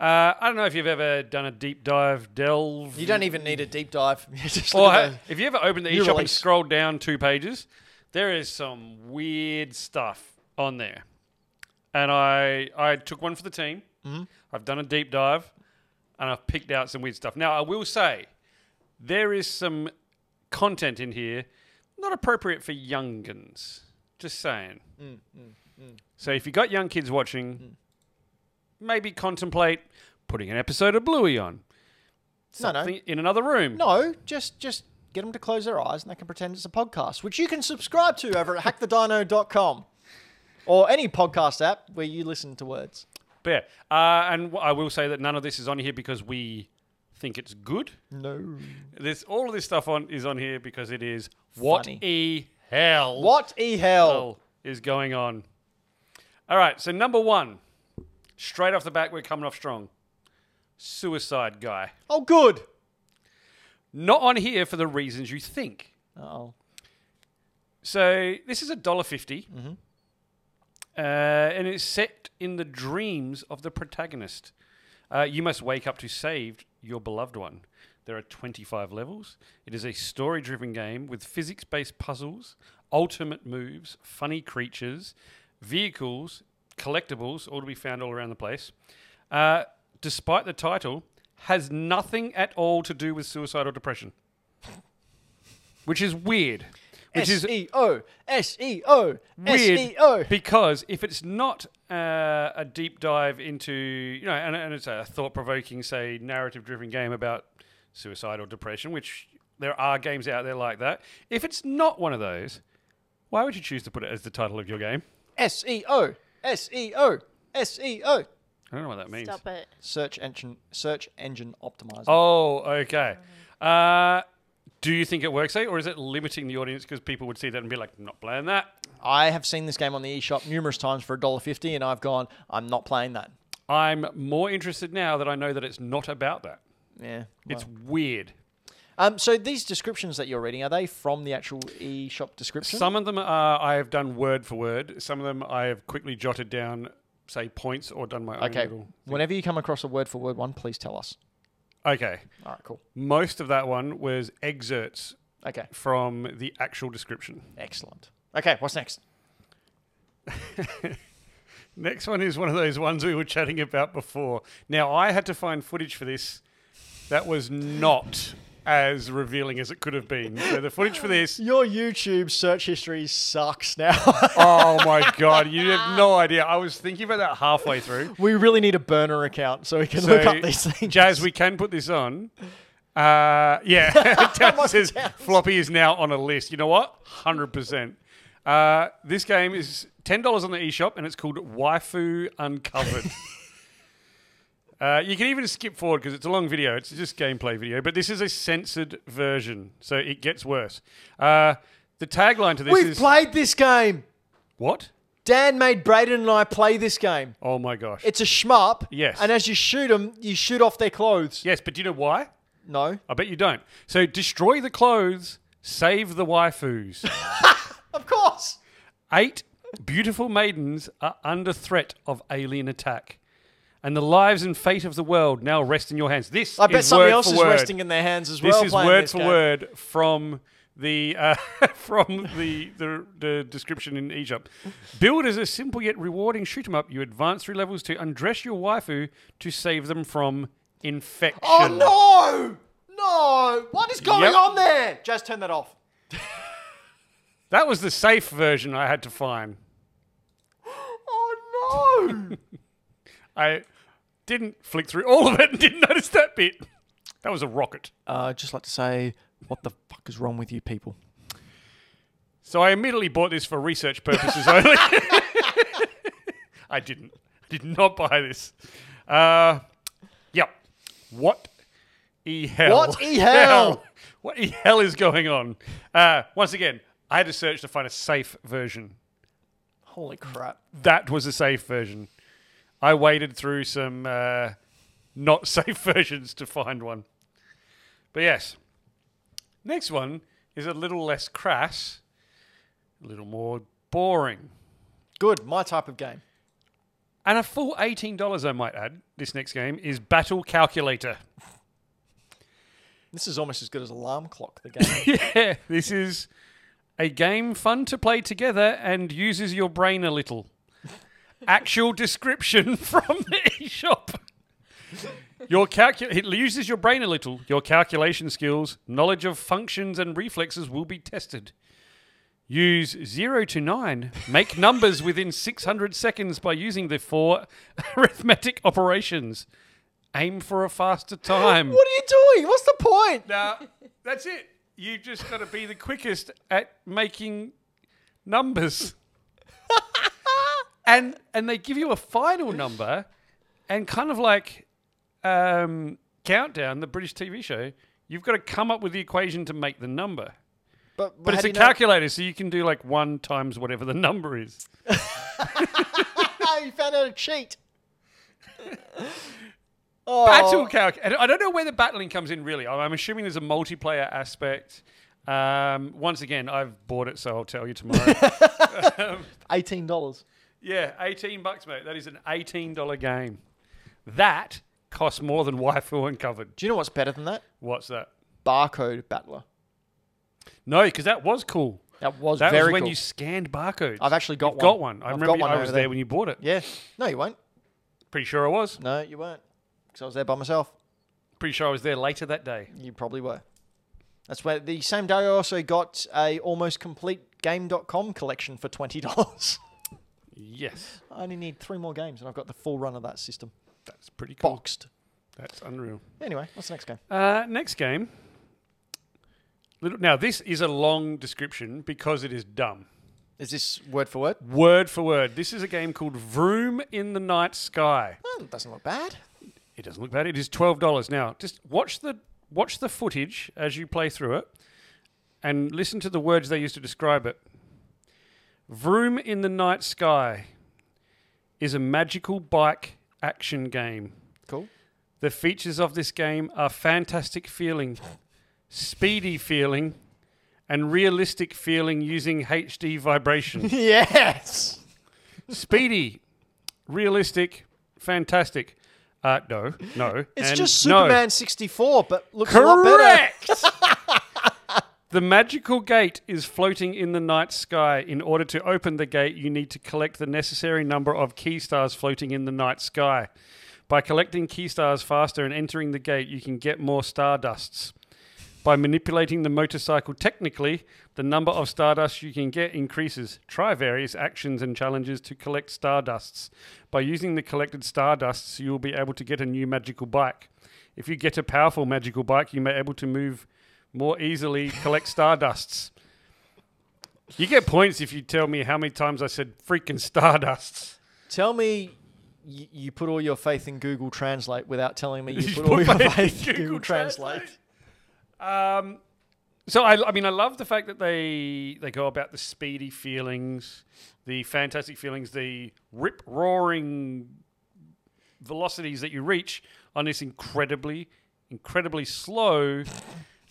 Speaker 2: Uh, I don't know if you've ever done a deep dive delve.
Speaker 1: You don't even need a deep dive. You just
Speaker 2: Or
Speaker 1: look at
Speaker 2: ha-
Speaker 1: the-
Speaker 2: if Oh, you ever open the
Speaker 1: New
Speaker 2: eShop and
Speaker 1: release.
Speaker 2: scroll down two pages, there is some weird stuff on there. And I I took one for the team. Mm-hmm. I've done a deep dive, and I've picked out some weird stuff. Now I will say, there is some content in here not appropriate for youngins. Just saying.
Speaker 1: Mm,
Speaker 2: So if you got young kids watching,
Speaker 1: Mm.
Speaker 2: maybe contemplate putting an episode of Bluey on.
Speaker 1: No, no.
Speaker 2: Something in another room.
Speaker 1: no, just just get them to close their eyes and they can pretend it's a podcast, which you can subscribe to over at hackthedino.com or any podcast app where you listen to words.
Speaker 2: But yeah, uh, and w- I will say that none of this is on here because we think it's good.
Speaker 1: No.
Speaker 2: This all of this stuff on is on here because it is what
Speaker 1: Funny.
Speaker 2: e hell
Speaker 1: What e hell?
Speaker 2: hell is going on. All right, so number one, straight off the back, we're coming off strong. Suicide guy,
Speaker 1: Oh, good.
Speaker 2: not on here for the reasons you think.
Speaker 1: Oh,
Speaker 2: So this is a dollar fifty, uh, and it's set in the dreams of the protagonist. Uh, you must wake up to save your beloved one. There are twenty-five levels. It is a story-driven game with physics-based puzzles, ultimate moves, funny creatures, vehicles, collectibles, all to be found all around the place. Uh, despite the title, has nothing at all to do with suicide or depression, which is weird. Which is
Speaker 1: S E O S E O S
Speaker 2: weird
Speaker 1: E O.
Speaker 2: because if it's not uh, a deep dive into you know and, and it's a thought-provoking say narrative-driven game about suicide or depression which there are games out there like that if it's not one of those why would you choose to put it as the title of your game
Speaker 1: S E O S E O S E O.
Speaker 2: i don't know what that means
Speaker 3: Stop it.
Speaker 1: Search engine search engine optimizer.
Speaker 2: oh okay Oh, uh, Do you think it works, eh? Or is it limiting the audience because people would see that and be like, I'm not playing that?
Speaker 1: I have seen this game on the eShop numerous times for $1.50 and I've gone, I'm not playing that.
Speaker 2: I'm more interested now that I know that it's not about that.
Speaker 1: Yeah.
Speaker 2: It's weird.
Speaker 1: Um, so these descriptions that you're reading, are they from the actual eShop description?
Speaker 2: Some of them are, I have done word for word. Some of them I have quickly jotted down, say, points or done my own
Speaker 1: okay.
Speaker 2: little.
Speaker 1: Whenever you come across a word for word one, please tell us.
Speaker 2: Okay.
Speaker 1: All right, cool.
Speaker 2: Most of that one was excerpts
Speaker 1: Okay.
Speaker 2: from the actual description.
Speaker 1: Excellent. Okay, what's next?
Speaker 2: Next one is one of those ones we were chatting about before. Now, I had to find footage for this that was not as revealing as it could have been. So, the footage for this,
Speaker 1: Your YouTube search history sucks now.
Speaker 2: oh my God, you have no idea. I was thinking about that halfway through.
Speaker 1: we really need a burner account so we can
Speaker 2: So,
Speaker 1: look up these things.
Speaker 2: Jazz, we can put this on. Uh, yeah, Towns says Floppy is now on a list. You know what? Hundred percent. Uh, this game is ten dollars on the eShop, and it's called Waifu Uncovered. Uh, you can even skip forward because it's a long video. It's just gameplay video, but this is a censored version, so it gets worse. Uh, the tagline to this
Speaker 1: We've
Speaker 2: is
Speaker 1: played this game.
Speaker 2: what?
Speaker 1: Dan made Braden and I play this game.
Speaker 2: Oh my gosh!
Speaker 1: It's a shmup.
Speaker 2: Yes.
Speaker 1: And as you shoot them, you shoot off their clothes.
Speaker 2: yes, but do you know why?
Speaker 1: No.
Speaker 2: I bet you don't. So destroy the clothes, save the waifus.
Speaker 1: Of course.
Speaker 2: Eight beautiful maidens are under threat of alien attack, and the lives and fate of the world now rest in your hands. This
Speaker 1: I bet
Speaker 2: is
Speaker 1: somebody
Speaker 2: word
Speaker 1: else
Speaker 2: for
Speaker 1: is
Speaker 2: word.
Speaker 1: resting in their hands as
Speaker 2: This
Speaker 1: well.
Speaker 2: is
Speaker 1: playing
Speaker 2: word
Speaker 1: this
Speaker 2: for
Speaker 1: game.
Speaker 2: word from the uh, from the, the the description in Egypt. Build is a simple yet rewarding shoot 'em up. You advance through levels to undress your waifu to save them from infection.
Speaker 1: Oh no! No! What is going
Speaker 2: Yep.
Speaker 1: on there? Just turn that off.
Speaker 2: That was the safe version I had to find.
Speaker 1: Oh no!
Speaker 2: I didn't flick through all of it and didn't notice that bit. That was a rocket.
Speaker 1: uh, just like to say, what the fuck is wrong with you people?
Speaker 2: So I immediately bought this for research purposes only. I didn't. I did not buy this. Uh, yep. What e hell?
Speaker 1: What e hell?
Speaker 2: What e hell is going on? Uh, once again, I had to search to find a safe version.
Speaker 1: Holy crap!
Speaker 2: That was a safe version. I waded through some uh, not safe versions to find one. But yes, next one is a little less crass, a little more boring,
Speaker 1: Good, my type of game.
Speaker 2: and a full eighteen dollars. I might add. This next game is Battle Calculator.
Speaker 1: This is almost as good as alarm clock. The game.
Speaker 2: yeah, this is a game fun to play together and uses your brain a little. Actual description from the eShop. Your calcu- it uses your brain a little. Your calculation skills, knowledge of functions, and reflexes will be tested. Use 0 to 9. Make numbers within 600 seconds by using the four arithmetic operations. Aim for a faster time.
Speaker 1: what are you doing? What's the point?
Speaker 2: Now, that's it. You just got to be the quickest at making numbers. and and they give you a final number and kind of like um, countdown the British TV show, you've got to come up with the equation to make the number.
Speaker 1: But,
Speaker 2: But
Speaker 1: how
Speaker 2: it's
Speaker 1: do
Speaker 2: a
Speaker 1: you know-
Speaker 2: calculator so you can do like 1 times whatever the number is.
Speaker 1: Oh, you found out a cheat. oh,
Speaker 2: battle calc. and I don't know where the battling comes in really. I'm I'm assuming there's a multiplayer aspect. Um, once again, I've bought it, so I'll tell you tomorrow.
Speaker 1: eighteen dollars.
Speaker 2: yeah, eighteen bucks, mate. That is an eighteen dollar game. That costs more than Waifu Uncovered.
Speaker 1: Do you know what's better than that?
Speaker 2: What's that?
Speaker 1: Barcode Battler.
Speaker 2: No, because that was cool.
Speaker 1: That was
Speaker 2: That
Speaker 1: very
Speaker 2: was when
Speaker 1: cool.
Speaker 2: you scanned barcodes.
Speaker 1: I've actually got one.
Speaker 2: You've got one. I
Speaker 1: I've
Speaker 2: remember
Speaker 1: got one
Speaker 2: I
Speaker 1: over
Speaker 2: was
Speaker 1: there.
Speaker 2: there when you bought it.
Speaker 1: Yeah. No, you won't.
Speaker 2: Pretty sure I was.
Speaker 1: No, you weren't. Because I was there by myself.
Speaker 2: Pretty sure I was there later that day.
Speaker 1: You probably were. That's where the same day I also got a almost complete game.com collection for twenty dollars.
Speaker 2: Yes,
Speaker 1: I only need three more games and I've got the full run of that system.
Speaker 2: that's pretty cool.
Speaker 1: Boxed.
Speaker 2: That's unreal.
Speaker 1: Anyway, what's the next game?
Speaker 2: Uh, next game. Little, now, this is a long description because it is dumb.
Speaker 1: Is this word for word?
Speaker 2: Word for word. This is a game called Vroom in the Night Sky.
Speaker 1: Oh, doesn't look bad.
Speaker 2: It doesn't look bad. It is $12. Now, just watch the Watch the footage as you play through it and listen to the words they use to describe it. Vroom in the Night Sky is a magical bike action game.
Speaker 1: Cool.
Speaker 2: The features of this game are fantastic feeling, speedy feeling, and realistic feeling using HD vibration.
Speaker 1: Yes.
Speaker 2: speedy, realistic, fantastic. Uh, no, no.
Speaker 1: It's
Speaker 2: and
Speaker 1: just
Speaker 2: no.
Speaker 1: Superman 64, but looks a lot better.
Speaker 2: Correct. the magical gate is floating in the night sky. In order to open the gate, you need to collect the necessary number of key stars floating in the night sky. By collecting key stars faster and entering the gate, you can get more stardusts. By manipulating the motorcycle technically, the number of stardusts you can get increases. Try various actions and challenges to collect stardusts. By using the collected stardusts, you will be able to get a new magical bike. If you get a powerful magical bike, you may be able to move more easily, collect stardusts. You get points if you tell me how many times I said freaking stardusts.
Speaker 1: Tell me y- you put all your faith in Google Translate without telling me you put all your faith in Google Translate.
Speaker 2: Um, so I, I mean, I love the fact that they they go about the speedy feelings, the fantastic feelings, the rip roaring velocities that you reach on this incredibly, incredibly slow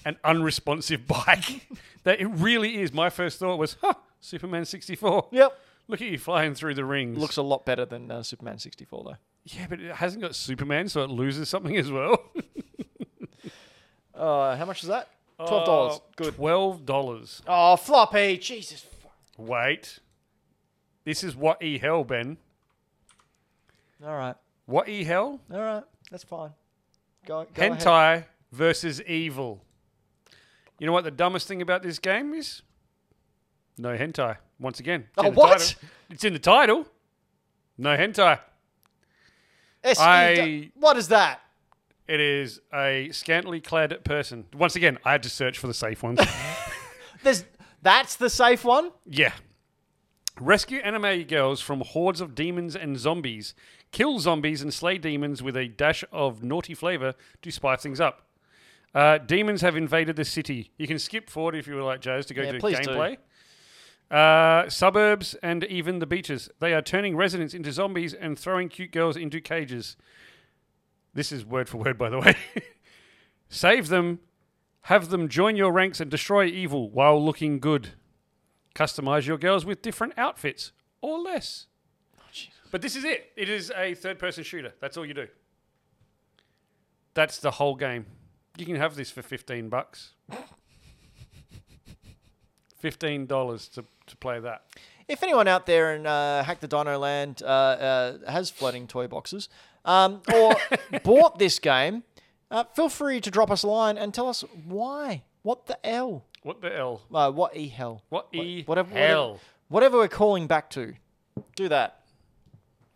Speaker 2: and unresponsive bike. that it really is. My first thought was, "Huh, Superman sixty four.
Speaker 1: Yep.
Speaker 2: Look at you flying through the rings."
Speaker 1: Looks a lot better than uh, Superman 64, though.
Speaker 2: yeah, but it hasn't got Superman, so it loses something as well.
Speaker 1: Uh, how much is that? Twelve dollars.
Speaker 2: Uh,
Speaker 1: Good.
Speaker 2: Twelve dollars.
Speaker 1: Oh, floppy. Jesus. fu-
Speaker 2: Wait. This is what e hell, Ben.
Speaker 1: All right.
Speaker 2: What e hell?
Speaker 1: All right. That's fine. Go. go ahead.
Speaker 2: Hentai versus evil. You know what the dumbest thing about this game is? No hentai. Once again. It's
Speaker 1: Oh,
Speaker 2: in the
Speaker 1: what?
Speaker 2: title. It's in the title. No hentai.
Speaker 1: S- E-
Speaker 2: I-
Speaker 1: What is that?
Speaker 2: It is a scantily clad person. Once again, I had to search for the safe ones.
Speaker 1: There's. That's the safe one.
Speaker 2: Yeah. Rescue anime girls from hordes of demons and zombies. Kill zombies and slay demons with a dash of naughty flavor to spice things up. Uh, demons have invaded the city. You can skip forward if you would like, Jazz, to go
Speaker 1: Yeah,
Speaker 2: to
Speaker 1: please do.
Speaker 2: gameplay. Uh, suburbs and even the beaches. They are turning residents into zombies and throwing cute girls into cages. This is word for word, by the way. Save them, have them join your ranks and destroy evil while looking good. Customize your girls with different outfits or less. Oh, but this is it. It is a third person shooter. That's all you do. That's the whole game. You can have this for 15 bucks. $15 to, to play that.
Speaker 1: If anyone out there in uh, Hack the Dino Land uh, uh, has floating toy boxes um, or bought this game, uh, feel free to drop us a line and tell us why. What the L?
Speaker 2: What the L?
Speaker 1: Uh, what e hell?
Speaker 2: What E?
Speaker 1: whatever- whatever-
Speaker 2: hell?
Speaker 1: Whatever we're calling back to, do that.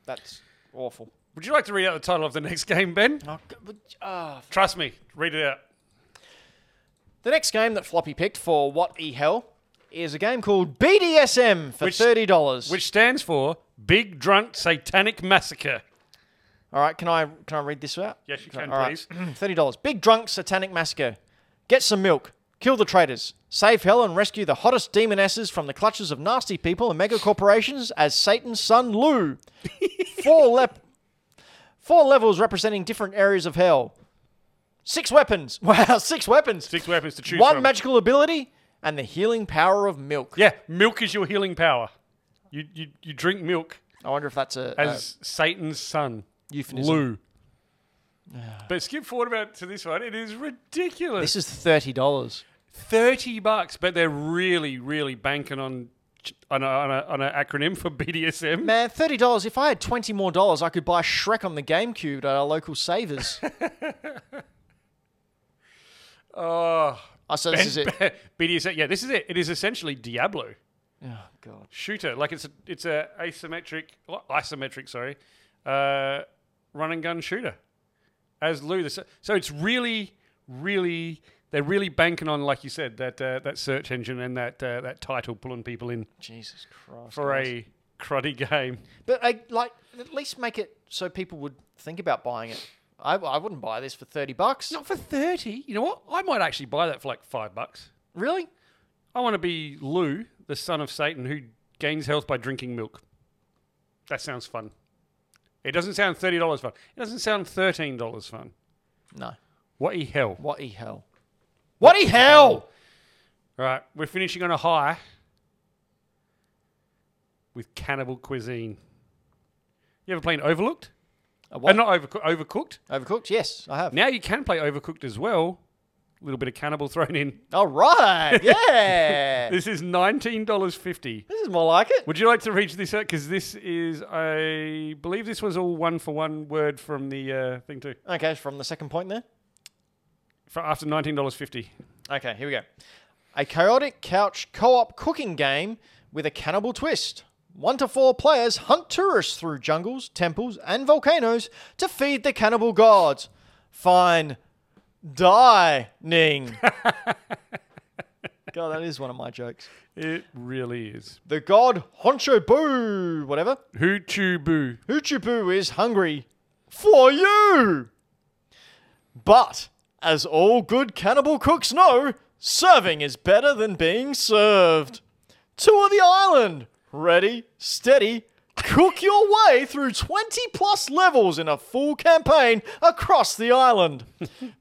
Speaker 1: That's awful.
Speaker 2: Would you like to read out the title of the next game, Ben?
Speaker 1: Oh, g- but- ah.
Speaker 2: Trust me, read it out.
Speaker 1: The next game that Floppy picked for What E Hell is a game called BDSM for
Speaker 2: Which-
Speaker 1: $30.
Speaker 2: Which stands for Big Drunk Satanic Massacre.
Speaker 1: All right, can I can I read this out?
Speaker 2: Yes, you
Speaker 1: I-
Speaker 2: can,
Speaker 1: all right.
Speaker 2: please.
Speaker 1: $30. Big drunk satanic massacre. Get some milk. Kill the traitors. Save hell and rescue the hottest demonesses from the clutches of nasty people and mega corporations as Satan's son Lou. Four lep Four levels representing different areas of hell. Six weapons. Wow, six weapons.
Speaker 2: Six weapons to choose
Speaker 1: One
Speaker 2: from.
Speaker 1: magical ability and the healing power of milk.
Speaker 2: Yeah, milk is your healing power. You you, you drink milk
Speaker 1: I wonder if that's a, a
Speaker 2: as Satan's son,
Speaker 1: euphemism.
Speaker 2: Lou. But skip forward about to this one. It is ridiculous.
Speaker 1: This is thirty dollars.
Speaker 2: Thirty bucks, but they're really, really banking on ch- on a, on a, on an acronym for BDSM.
Speaker 1: Man, thirty dollars. If I had twenty more dollars, I could buy Shrek on the GameCube at our local Savers.
Speaker 2: Oh,
Speaker 1: I said, this is it.
Speaker 2: BDSM. Yeah, this is it. It is essentially Diablo.
Speaker 1: Oh God.
Speaker 2: shooter. Like it's a, it's a asymmetric, well, isometric, sorry, uh, run and gun shooter. As Lou, the, s- so it's really, really, they're really banking on, like you said, that uh, that search engine and that uh, that title pulling people in
Speaker 1: Jesus Christ.
Speaker 2: for
Speaker 1: guys.
Speaker 2: a cruddy game.
Speaker 1: But I like at least make it so people would think about buying it. I, I wouldn't buy this for 30 bucks.
Speaker 2: Not for 30. You know what? I might actually buy that for like five bucks.
Speaker 1: Really?
Speaker 2: I want to be Lou, the son of Satan, who gains health by drinking milk. That sounds fun. It doesn't sound thirty dollars fun. It doesn't sound thirteen dollars fun.
Speaker 1: No.
Speaker 2: What the hell?
Speaker 1: What the hell? What the hell?
Speaker 2: All right, we're finishing on a high with cannibal cuisine. You ever played Overlooked?
Speaker 1: A
Speaker 2: Uh,
Speaker 1: what?
Speaker 2: not over, Overcooked.
Speaker 1: Overcooked? Yes, I have.
Speaker 2: Now you can play Overcooked as well. A little bit of cannibal thrown in.
Speaker 1: All right. Yeah.
Speaker 2: This is nineteen dollars fifty.
Speaker 1: this is more like it.
Speaker 2: Would you like to reach this out? Because this is, I believe, this was all one for one word from the uh, thing too.
Speaker 1: Okay, from the second point there.
Speaker 2: For after nineteen dollars fifty.
Speaker 1: Okay, here we go. A chaotic couch co op cooking game with a cannibal twist. One to four players hunt tourists through jungles, temples, and volcanoes to feed the cannibal gods. Fine dining. God, that is one of my jokes.
Speaker 2: It really is.
Speaker 1: The god Honcho Boo, whatever,
Speaker 2: Hoochoo boo.
Speaker 1: Hoochie-Poo is hungry for you. But, as all good cannibal cooks know, serving is better than being served. Tour the island. Ready, steady, cook your way through 20 plus levels in a full campaign across the island.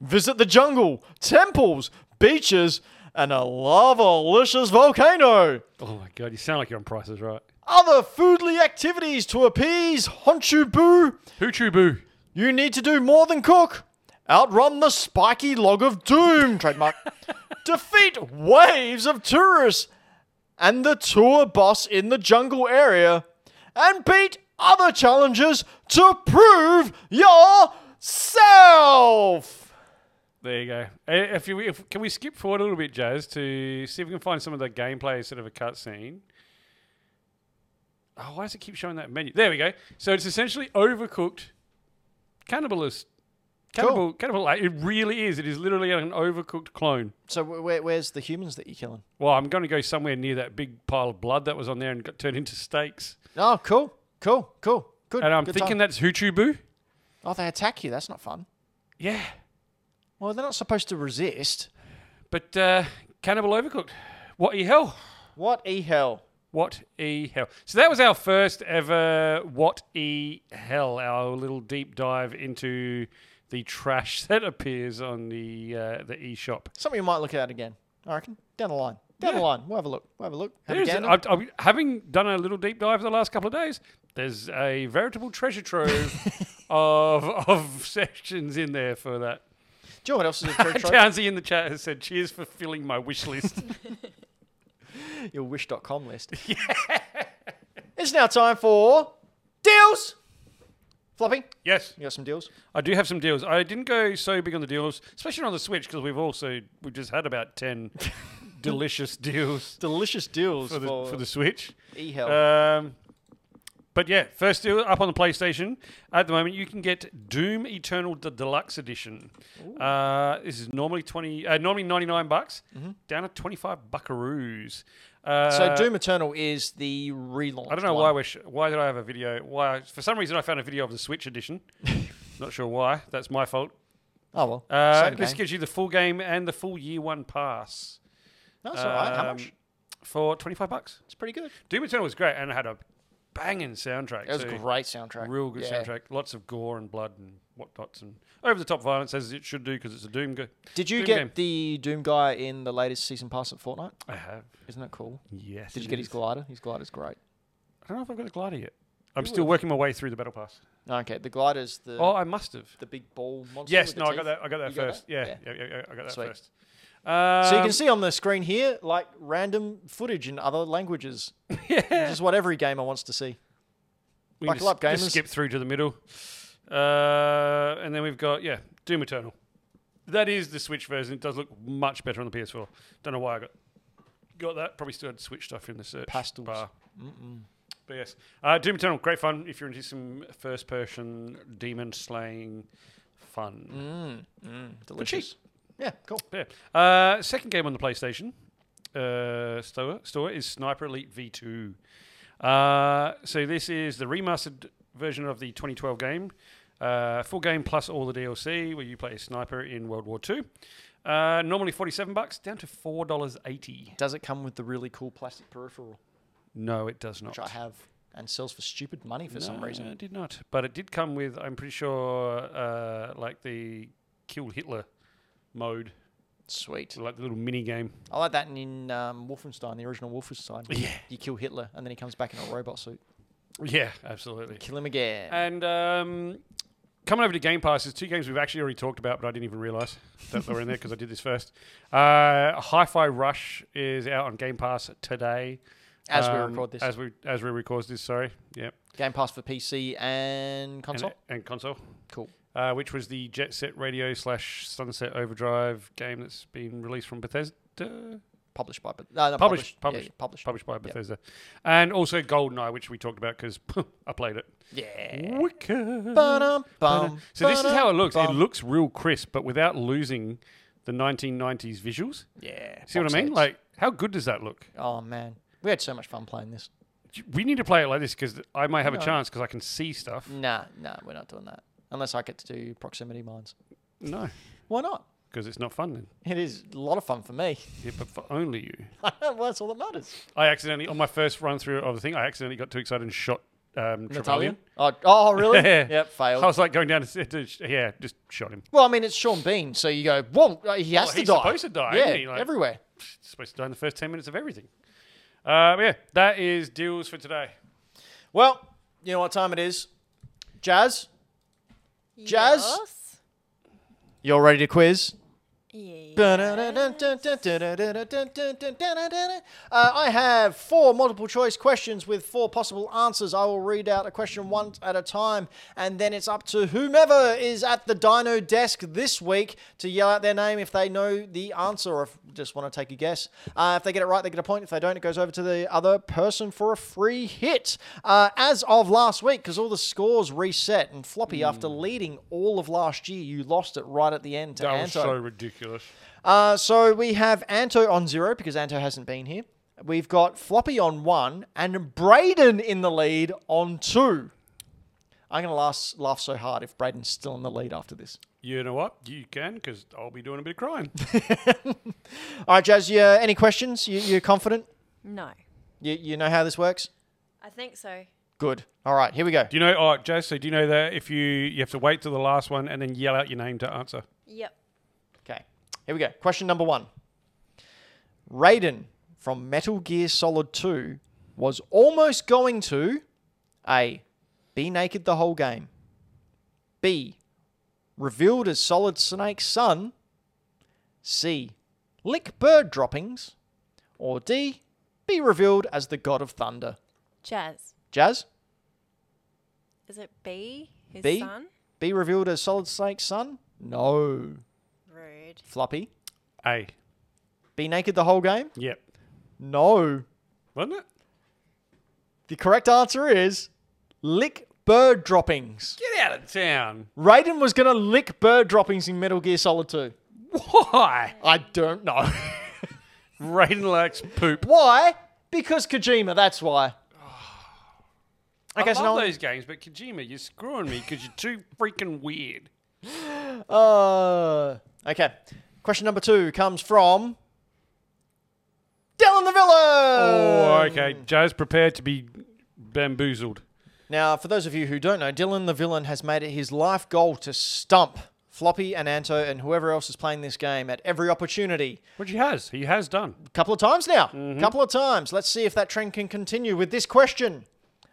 Speaker 1: Visit the jungle, temples, beaches, and a lava-licious volcano
Speaker 2: Oh my god, you sound like you're on prices right.
Speaker 1: other foodly activities to appease Honchu Boo.
Speaker 2: Hoochoo boo.
Speaker 1: You need to do more than cook. Outrun the spiky log of doom, trademark. Defeat waves of tourists and the tour boss in the jungle area. And beat other challenges to prove yourself.
Speaker 2: There you go. Uh, If you if, can we skip forward a little bit, Jazz, to see if we can find some of the gameplay instead of a cutscene. Oh, why does it keep showing that menu? There we go. So it's essentially overcooked cannibalist. Cannibal, cannibal. like, It really is. It is literally an overcooked clone.
Speaker 1: So wh- where, where's the humans that you're killing?
Speaker 2: Well, I'm going to go somewhere near that big pile of blood that was on there and got turned into steaks.
Speaker 1: Oh, cool, cool, cool, good.
Speaker 2: And I'm
Speaker 1: good
Speaker 2: thinking
Speaker 1: time.
Speaker 2: that's Hoochoo Boo.
Speaker 1: oh, they attack you. That's not fun.
Speaker 2: Yeah,
Speaker 1: Well, they're not supposed to resist.
Speaker 2: but uh, cannibal overcooked. What the hell?
Speaker 1: What e hell?
Speaker 2: What e hell? So that was our first ever What e hell, our little deep dive into the trash that appears on the uh, the e shop.
Speaker 1: Something you might look at again. I reckon. Down the line. Down the
Speaker 2: Yeah.
Speaker 1: line. We'll have a look. We'll have a look. Have a
Speaker 2: There's,
Speaker 1: gander.
Speaker 2: I, I, having done a little deep dive the last couple of days, there's a veritable treasure trove of of sections in there for that.
Speaker 1: Do you know what else is a treasure trove?
Speaker 2: Townsy in the chat has said, "Cheers for filling my wish list."
Speaker 1: Your wish.com list. It's now time for deals. Floppy,
Speaker 2: yes,
Speaker 1: you got some deals?
Speaker 2: I do have some deals. I didn't go so big on the deals, especially on the Switch, because we've also we've just had about ten delicious deals
Speaker 1: Delicious deals
Speaker 2: for the for the Switch.
Speaker 1: e hell.
Speaker 2: Um, but yeah, first deal up on the PlayStation at the moment. You can get Doom Eternal the Deluxe Edition. Uh, this is normally twenty, uh, normally ninety nine bucks, down to twenty five buckaroos. Uh,
Speaker 1: so Doom Eternal is the relaunch.
Speaker 2: I don't know
Speaker 1: one.
Speaker 2: why we're sh- why did I have a video? Why for some reason I found a video of the Switch edition. Not sure why. That's my fault.
Speaker 1: Oh well.
Speaker 2: Uh,
Speaker 1: Same
Speaker 2: this
Speaker 1: game.
Speaker 2: gives you the full game and the full year one pass.
Speaker 1: That's all right. How
Speaker 2: Um,
Speaker 1: much?
Speaker 2: For twenty five bucks.
Speaker 1: It's pretty good.
Speaker 2: Doom Eternal was great and it had a banging soundtrack.
Speaker 1: It was a
Speaker 2: too.
Speaker 1: great soundtrack.
Speaker 2: Real good
Speaker 1: Yeah.
Speaker 2: soundtrack. Lots of gore and blood and whatnots and over the top violence as it should do because it's a Doom game.
Speaker 1: Did you
Speaker 2: Doom
Speaker 1: get
Speaker 2: game.
Speaker 1: the Doom guy in the latest season pass at Fortnite?
Speaker 2: I have.
Speaker 1: Isn't that cool?
Speaker 2: Yes.
Speaker 1: Did
Speaker 2: it
Speaker 1: you get his
Speaker 2: is.
Speaker 1: glider? His glider's great.
Speaker 2: I don't know if I've got a glider yet. I'm still working my way through the battle pass.
Speaker 1: Okay, the glider's the
Speaker 2: Oh, I must have.
Speaker 1: the big ball monster.
Speaker 2: Yes,
Speaker 1: with the
Speaker 2: no, I
Speaker 1: teeth.
Speaker 2: got that. I got that
Speaker 1: You got
Speaker 2: first.
Speaker 1: that?
Speaker 2: Yeah, yeah, yeah, yeah, I got that
Speaker 1: Sweet.
Speaker 2: first. Um,
Speaker 1: So you can see on the screen here, like random footage in other languages.
Speaker 2: yeah,
Speaker 1: This is what every gamer wants to see.
Speaker 2: we
Speaker 1: buckle
Speaker 2: can just,
Speaker 1: up,
Speaker 2: just
Speaker 1: gamers.
Speaker 2: skip through to the middle, uh, and then we've got yeah, Doom Eternal. That is the Switch version. It does look much better on the PS4. Don't know why I got got that. Probably still had Switch stuff in the search
Speaker 1: Pastels.
Speaker 2: bar. But yes, uh, Doom Eternal, great fun if you're into some first person demon slaying fun.
Speaker 1: Mm. Delicious. Yeah, cool.
Speaker 2: Yeah. Uh, second game on the PlayStation uh, store, store is Sniper Elite V2. Uh, so this is the remastered version of the 2012 game. Uh, full game plus all the DLC, where you play a sniper in World War II. Uh, normally forty-seven bucks, down to four dollars eighty.
Speaker 1: Does it come with the really cool plastic peripheral,
Speaker 2: No, it does not.
Speaker 1: which I have and sells for stupid money for some
Speaker 2: No,
Speaker 1: reason?
Speaker 2: it did not. But it did come with, I'm pretty sure, uh, like the kill Hitler mode,
Speaker 1: Sweet.
Speaker 2: like the little mini game.
Speaker 1: I like that in um, Wolfenstein, the original Wolfenstein.
Speaker 2: Yeah.
Speaker 1: You kill Hitler and then he comes back in a robot suit.
Speaker 2: Yeah, absolutely.
Speaker 1: Kill him again.
Speaker 2: And um, coming over to Game Pass, there's two games we've actually already talked about, but I didn't even realize that they were in there because I did this first. Uh, Hi-Fi Rush is out on Game Pass today.
Speaker 1: As we record this.
Speaker 2: um, as we as we record this, sorry, yep,
Speaker 1: Game Pass for PC and
Speaker 2: And-
Speaker 1: console.
Speaker 2: and, console,
Speaker 1: cool.
Speaker 2: uh, which was the Jet Set Radio slash Sunset Overdrive game that's been released from Bethesda,
Speaker 1: Published by. But, no, no,
Speaker 2: Published,
Speaker 1: Published. Yeah,
Speaker 2: published.
Speaker 1: yeah, published.
Speaker 2: published by Bethesda, and also GoldenEye, which we talked about because I played it.
Speaker 1: Yeah.
Speaker 2: Wicked.
Speaker 1: Ba-dum, bum,
Speaker 2: Mm-hmm. So this is how it looks. It
Speaker 1: ba-dum.
Speaker 2: looks real crisp, but without losing the 1990s visuals.
Speaker 1: Yeah.
Speaker 2: See what
Speaker 1: box
Speaker 2: I mean?
Speaker 1: sets.
Speaker 2: Like, how good does that look?
Speaker 1: Oh, man. We had so much fun playing this.
Speaker 2: We need to play it like this because I might have a
Speaker 1: No. Mm.
Speaker 2: chance because I can see stuff.
Speaker 1: Nah, nah, we're not doing that. Unless I get to do proximity mines.
Speaker 2: No,
Speaker 1: Why not?
Speaker 2: because it's not fun then.
Speaker 1: It is a lot of fun for me.
Speaker 2: Yeah, but for only you.
Speaker 1: well, that's all that matters.
Speaker 2: I accidentally, on my first run through of the thing, I accidentally got too excited and shot um,
Speaker 1: Natalian?
Speaker 2: Trevelyan.
Speaker 1: Oh, oh, really?
Speaker 2: Yeah.
Speaker 1: Yep,
Speaker 2: I
Speaker 1: failed.
Speaker 2: was like going down to, to yeah, just shot him.
Speaker 1: Well, I mean, it's Sean Bean, so you go, whoa, uh, he has
Speaker 2: Well,
Speaker 1: to
Speaker 2: Oh, he's
Speaker 1: die.
Speaker 2: supposed to die,
Speaker 1: Yeah,
Speaker 2: isn't he? Like-
Speaker 1: everywhere.
Speaker 2: supposed to die in the first 10 minutes of everything. Uh, but yeah, that is deals for today.
Speaker 1: Well, you know what time it is? Jazz, Jazz?
Speaker 3: Yes.
Speaker 1: you all ready to quiz?
Speaker 3: Yeah.
Speaker 1: Uh, I have four multiple choice questions with four possible answers. I will read out a question once at a time, and then it's up to whomever is at the dino desk this week to yell out their name if they know the answer or if just want to take a guess. Uh, if they get it right, they get a point. If they don't, it goes over to the other person for a free hit. Uh, as of last week, because all the scores reset, and Floppy,
Speaker 2: Hmm.
Speaker 1: after leading all of last year, you lost it right at the end to
Speaker 2: That
Speaker 1: Anto.
Speaker 2: was so ridiculous.
Speaker 1: Uh, so we have Anto on zero because Anto hasn't been here. We've got Floppy on one and Braden in the lead on two. I'm going to laugh, laugh so hard if Braden's still in the lead after this.
Speaker 2: You know what? You can because I'll be doing a bit of crying.
Speaker 1: All right, Jazz, you, uh, any questions? You, you're confident?
Speaker 3: No,
Speaker 1: You, you know how this works?
Speaker 3: I think so.
Speaker 1: Good. All right, here we go.
Speaker 2: Do you know, oh, Jase, so do you know that if you you have to wait till the last one and then yell out your name to answer?
Speaker 3: Yep.
Speaker 1: Okay, here we go. Question number one Raiden from Metal Gear Solid 2 was almost going to A. Be naked the whole game. B. Revealed as Solid Snake's son. C. Lick bird droppings. Or D. Be revealed as the god of thunder.
Speaker 3: Jazz.
Speaker 1: Jazz?
Speaker 3: Is it B? His
Speaker 1: B?
Speaker 3: son?
Speaker 1: Be revealed as Solid Snake's son? No.
Speaker 3: Rude.
Speaker 1: Floppy?
Speaker 2: A.
Speaker 1: Be naked the whole game?
Speaker 2: Yep.
Speaker 1: No.
Speaker 2: Wasn't it?
Speaker 1: The correct answer is lick bird droppings.
Speaker 2: Get out of town.
Speaker 1: Raiden was going to lick bird droppings in Metal Gear Solid 2.
Speaker 2: Why?
Speaker 1: I don't know.
Speaker 2: Raiden likes poop.
Speaker 1: why? Because Kojima, that's why. Okay,
Speaker 2: I
Speaker 1: so
Speaker 2: love
Speaker 1: no one-
Speaker 2: those games, but Kojima, you're screwing me because you're too freaking weird.
Speaker 1: uh, okay. Question number two comes from Dylan the Villain.
Speaker 2: Oh, okay. Joe's prepared to be bamboozled.
Speaker 1: Now, for those of you who don't know, Dylan the villain has made it his life goal to stump Floppy and Anto and whoever else is playing this game at every opportunity.
Speaker 2: Which he has. He has done.
Speaker 1: couple of times now. Couple of times. Let's see if that trend can continue with this question.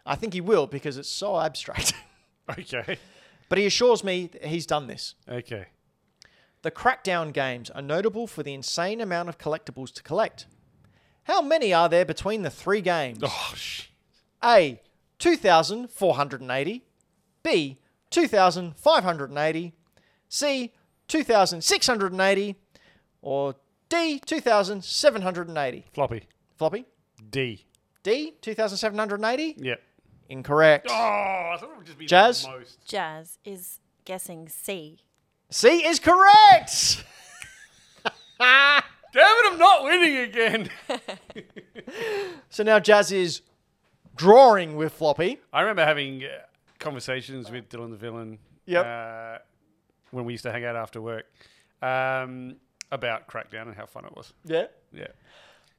Speaker 1: I think he will because it's so abstract.
Speaker 2: Okay.
Speaker 1: but he assures me that he's done this.
Speaker 2: Okay.
Speaker 1: The Crackdown games are notable for the insane amount of collectibles to collect. How many are there between the three games?
Speaker 2: Oh, shit.
Speaker 1: A. 2,480. B. 2,580. C. 2,680. Or D. 2,780.
Speaker 2: Floppy.
Speaker 1: Floppy?
Speaker 2: D.
Speaker 1: D, 2,780?
Speaker 2: Yep.
Speaker 1: Incorrect.
Speaker 2: Oh, I thought it would just be
Speaker 1: Jazz?
Speaker 2: the most.
Speaker 3: Jazz is guessing C.
Speaker 1: C is correct!
Speaker 2: Damn it, I'm not winning again.
Speaker 1: So now Jazz is drawing with Floppy.
Speaker 2: I remember having uh, conversations with Dylan the Villain
Speaker 1: Yep.
Speaker 2: uh, when we used to hang out after work um, about Crackdown and how fun it was.
Speaker 1: yeah.
Speaker 2: Yeah.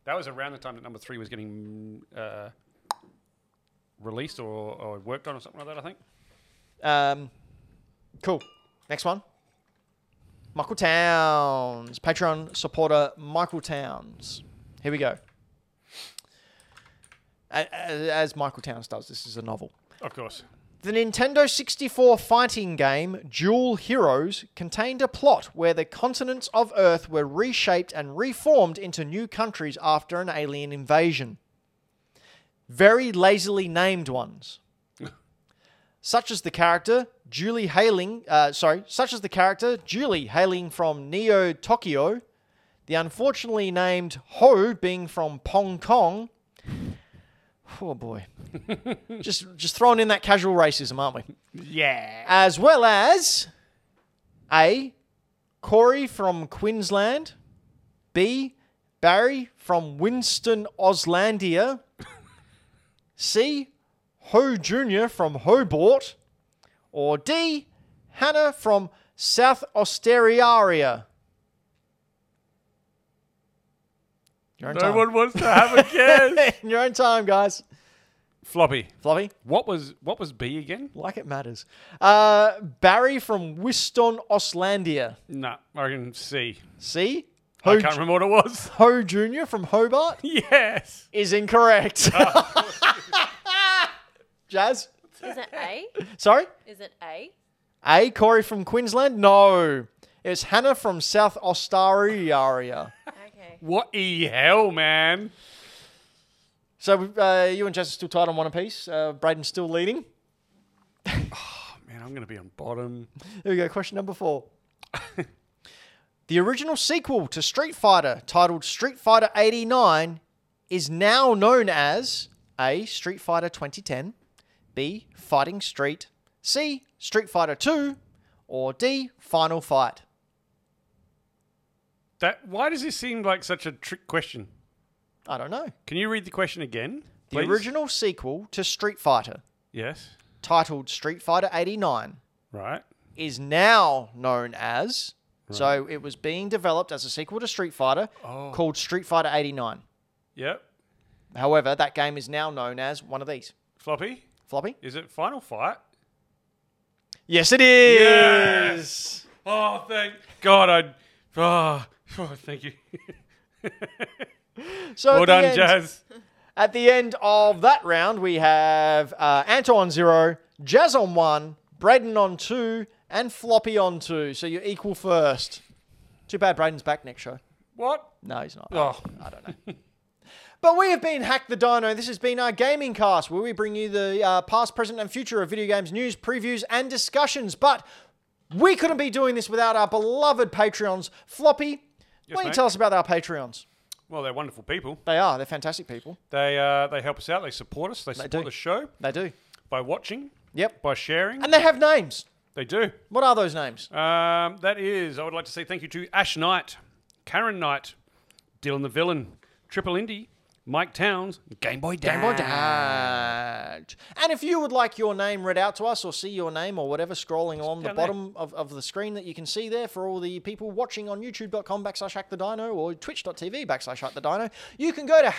Speaker 2: That was around the time that number three was getting uh, released or, or worked on or something like that, I think.
Speaker 1: Um, cool. Next one. Michael Towns, Patreon supporter Michael Towns. Here we go. A- a- As Michael Towns does, this is a novel.
Speaker 2: Of course.
Speaker 1: The Nintendo 64 fighting game Dual Heroes contained a plot where the continents of Earth were reshaped and reformed into new countries after an alien invasion. Very lazily named ones. such as the character Julie hailing, uh, sorry, such as the character Julie hailing from Neo Tokyo, the unfortunately named Ho being from Pong Kong. Oh boy. just just throwing in that casual racism, aren't we?
Speaker 2: Yeah.
Speaker 1: As well as A. Corey from Queensland, B. Barry from Winston Auslandia, C. Ho Jr. from Hobart, or D. Hannah from South Austeriaria. Your own
Speaker 2: No
Speaker 1: time.
Speaker 2: one wants to have a guess.
Speaker 1: In your own time, guys.
Speaker 2: Floppy.
Speaker 1: Floppy?
Speaker 2: What was what was B again?
Speaker 1: Like it matters. Uh, Barry from Wiston Oslandia.
Speaker 2: No, I can C.
Speaker 1: See?
Speaker 2: I
Speaker 1: Ho,
Speaker 2: can't remember what it was.
Speaker 1: Ho Jr. from Hobart
Speaker 2: yes.
Speaker 1: is incorrect.
Speaker 2: Ah.
Speaker 1: Jazz?
Speaker 3: Is it A?
Speaker 1: Sorry?
Speaker 3: Is it A?
Speaker 1: A. Corey from Queensland? No. It's Hannah from South Ostariaria.
Speaker 3: Okay.
Speaker 2: What e hell, man?
Speaker 1: So uh, you and Jazz are still tied on one apiece. Uh, Braden's still leading.
Speaker 2: Man, I'm gonna be on bottom.
Speaker 1: There we go. Question number four. the original sequel to Street Fighter, titled Street Fighter 89, is now known as A. Street Fighter 2010, B. Fighting Street, C. Street Fighter 2, or D. Final Fight.
Speaker 2: That why does this seem like such a trick question?
Speaker 1: I don't know.
Speaker 2: Can you read the question again?
Speaker 1: The
Speaker 2: please?
Speaker 1: original sequel to Street Fighter,
Speaker 2: Yes.
Speaker 1: titled Street Fighter 89,
Speaker 2: Right.
Speaker 1: is now known as. So it was being developed as a sequel to Street Fighter
Speaker 2: Oh.
Speaker 1: called Street Fighter 89.
Speaker 2: Yep.
Speaker 1: However, that game is now known as one of these.
Speaker 2: Floppy?
Speaker 1: Floppy?
Speaker 2: Is it final fight?
Speaker 1: Yes, it is.
Speaker 2: Oh, thank God! I oh, oh thank you.
Speaker 1: So
Speaker 2: well
Speaker 1: at the
Speaker 2: done,
Speaker 1: end,
Speaker 2: Jazz.
Speaker 1: At the end of that round, we have uh, Anton on zero, Jazz on one, Braden on two, and Floppy on two. So you're equal first. Too bad Braden's back next show.
Speaker 2: What?
Speaker 1: No, he's not.
Speaker 2: Oh,
Speaker 1: I don't know. But we have been Hack the Dino. This has been our gaming cast where we bring you the uh, past, present, and future of video games news, previews, and discussions. But we couldn't be doing this without our beloved Patreons. Floppy, why don't you
Speaker 2: mate.
Speaker 1: tell us about our Patreons?
Speaker 2: well, they're wonderful people.
Speaker 1: They are. They're fantastic people.
Speaker 2: They uh, they help us out. They support us. They support
Speaker 1: do.
Speaker 2: the show
Speaker 1: They do.
Speaker 2: by watching,
Speaker 1: Yep.
Speaker 2: by sharing.
Speaker 1: And they have names.
Speaker 2: They do.
Speaker 1: What are those names?
Speaker 2: Um, that is, I would like to say thank you to Ash Knight, Karen Knight, Dylan the Villain, Triple Indy, Mike Towns, and Game Boy Dad.
Speaker 1: Game Boy Dad. And if you would like your name read out to us or see your name or whatever scrolling along the
Speaker 2: down there.
Speaker 1: bottom of, of the screen that you can see there for all the people watching on youtube.com backslash hack the dino or twitch.tv backslash hack the dino, you can go to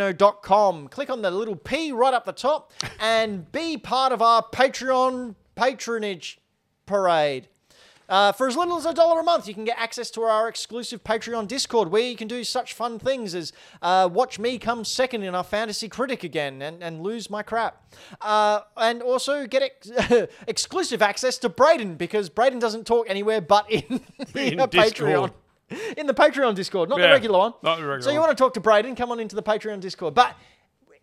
Speaker 1: hackthedino.com, click on the little P right up the top, and be part of our Patreon patronage parade. Uh, for as little as a dollar a month, you can get access to our exclusive Patreon Discord, where you can do such fun things as uh, watch me come second in our fantasy critic again and, and lose my crap, uh, and also get ex- exclusive access to Braden because Braden doesn't talk anywhere but in,
Speaker 2: In
Speaker 1: the Patreon.
Speaker 2: Discord.
Speaker 1: In the Patreon Discord, not the
Speaker 2: Yeah,
Speaker 1: regular one.
Speaker 2: not the regular
Speaker 1: so you
Speaker 2: one.
Speaker 1: want to talk to Braden? Come on into the Patreon Discord. But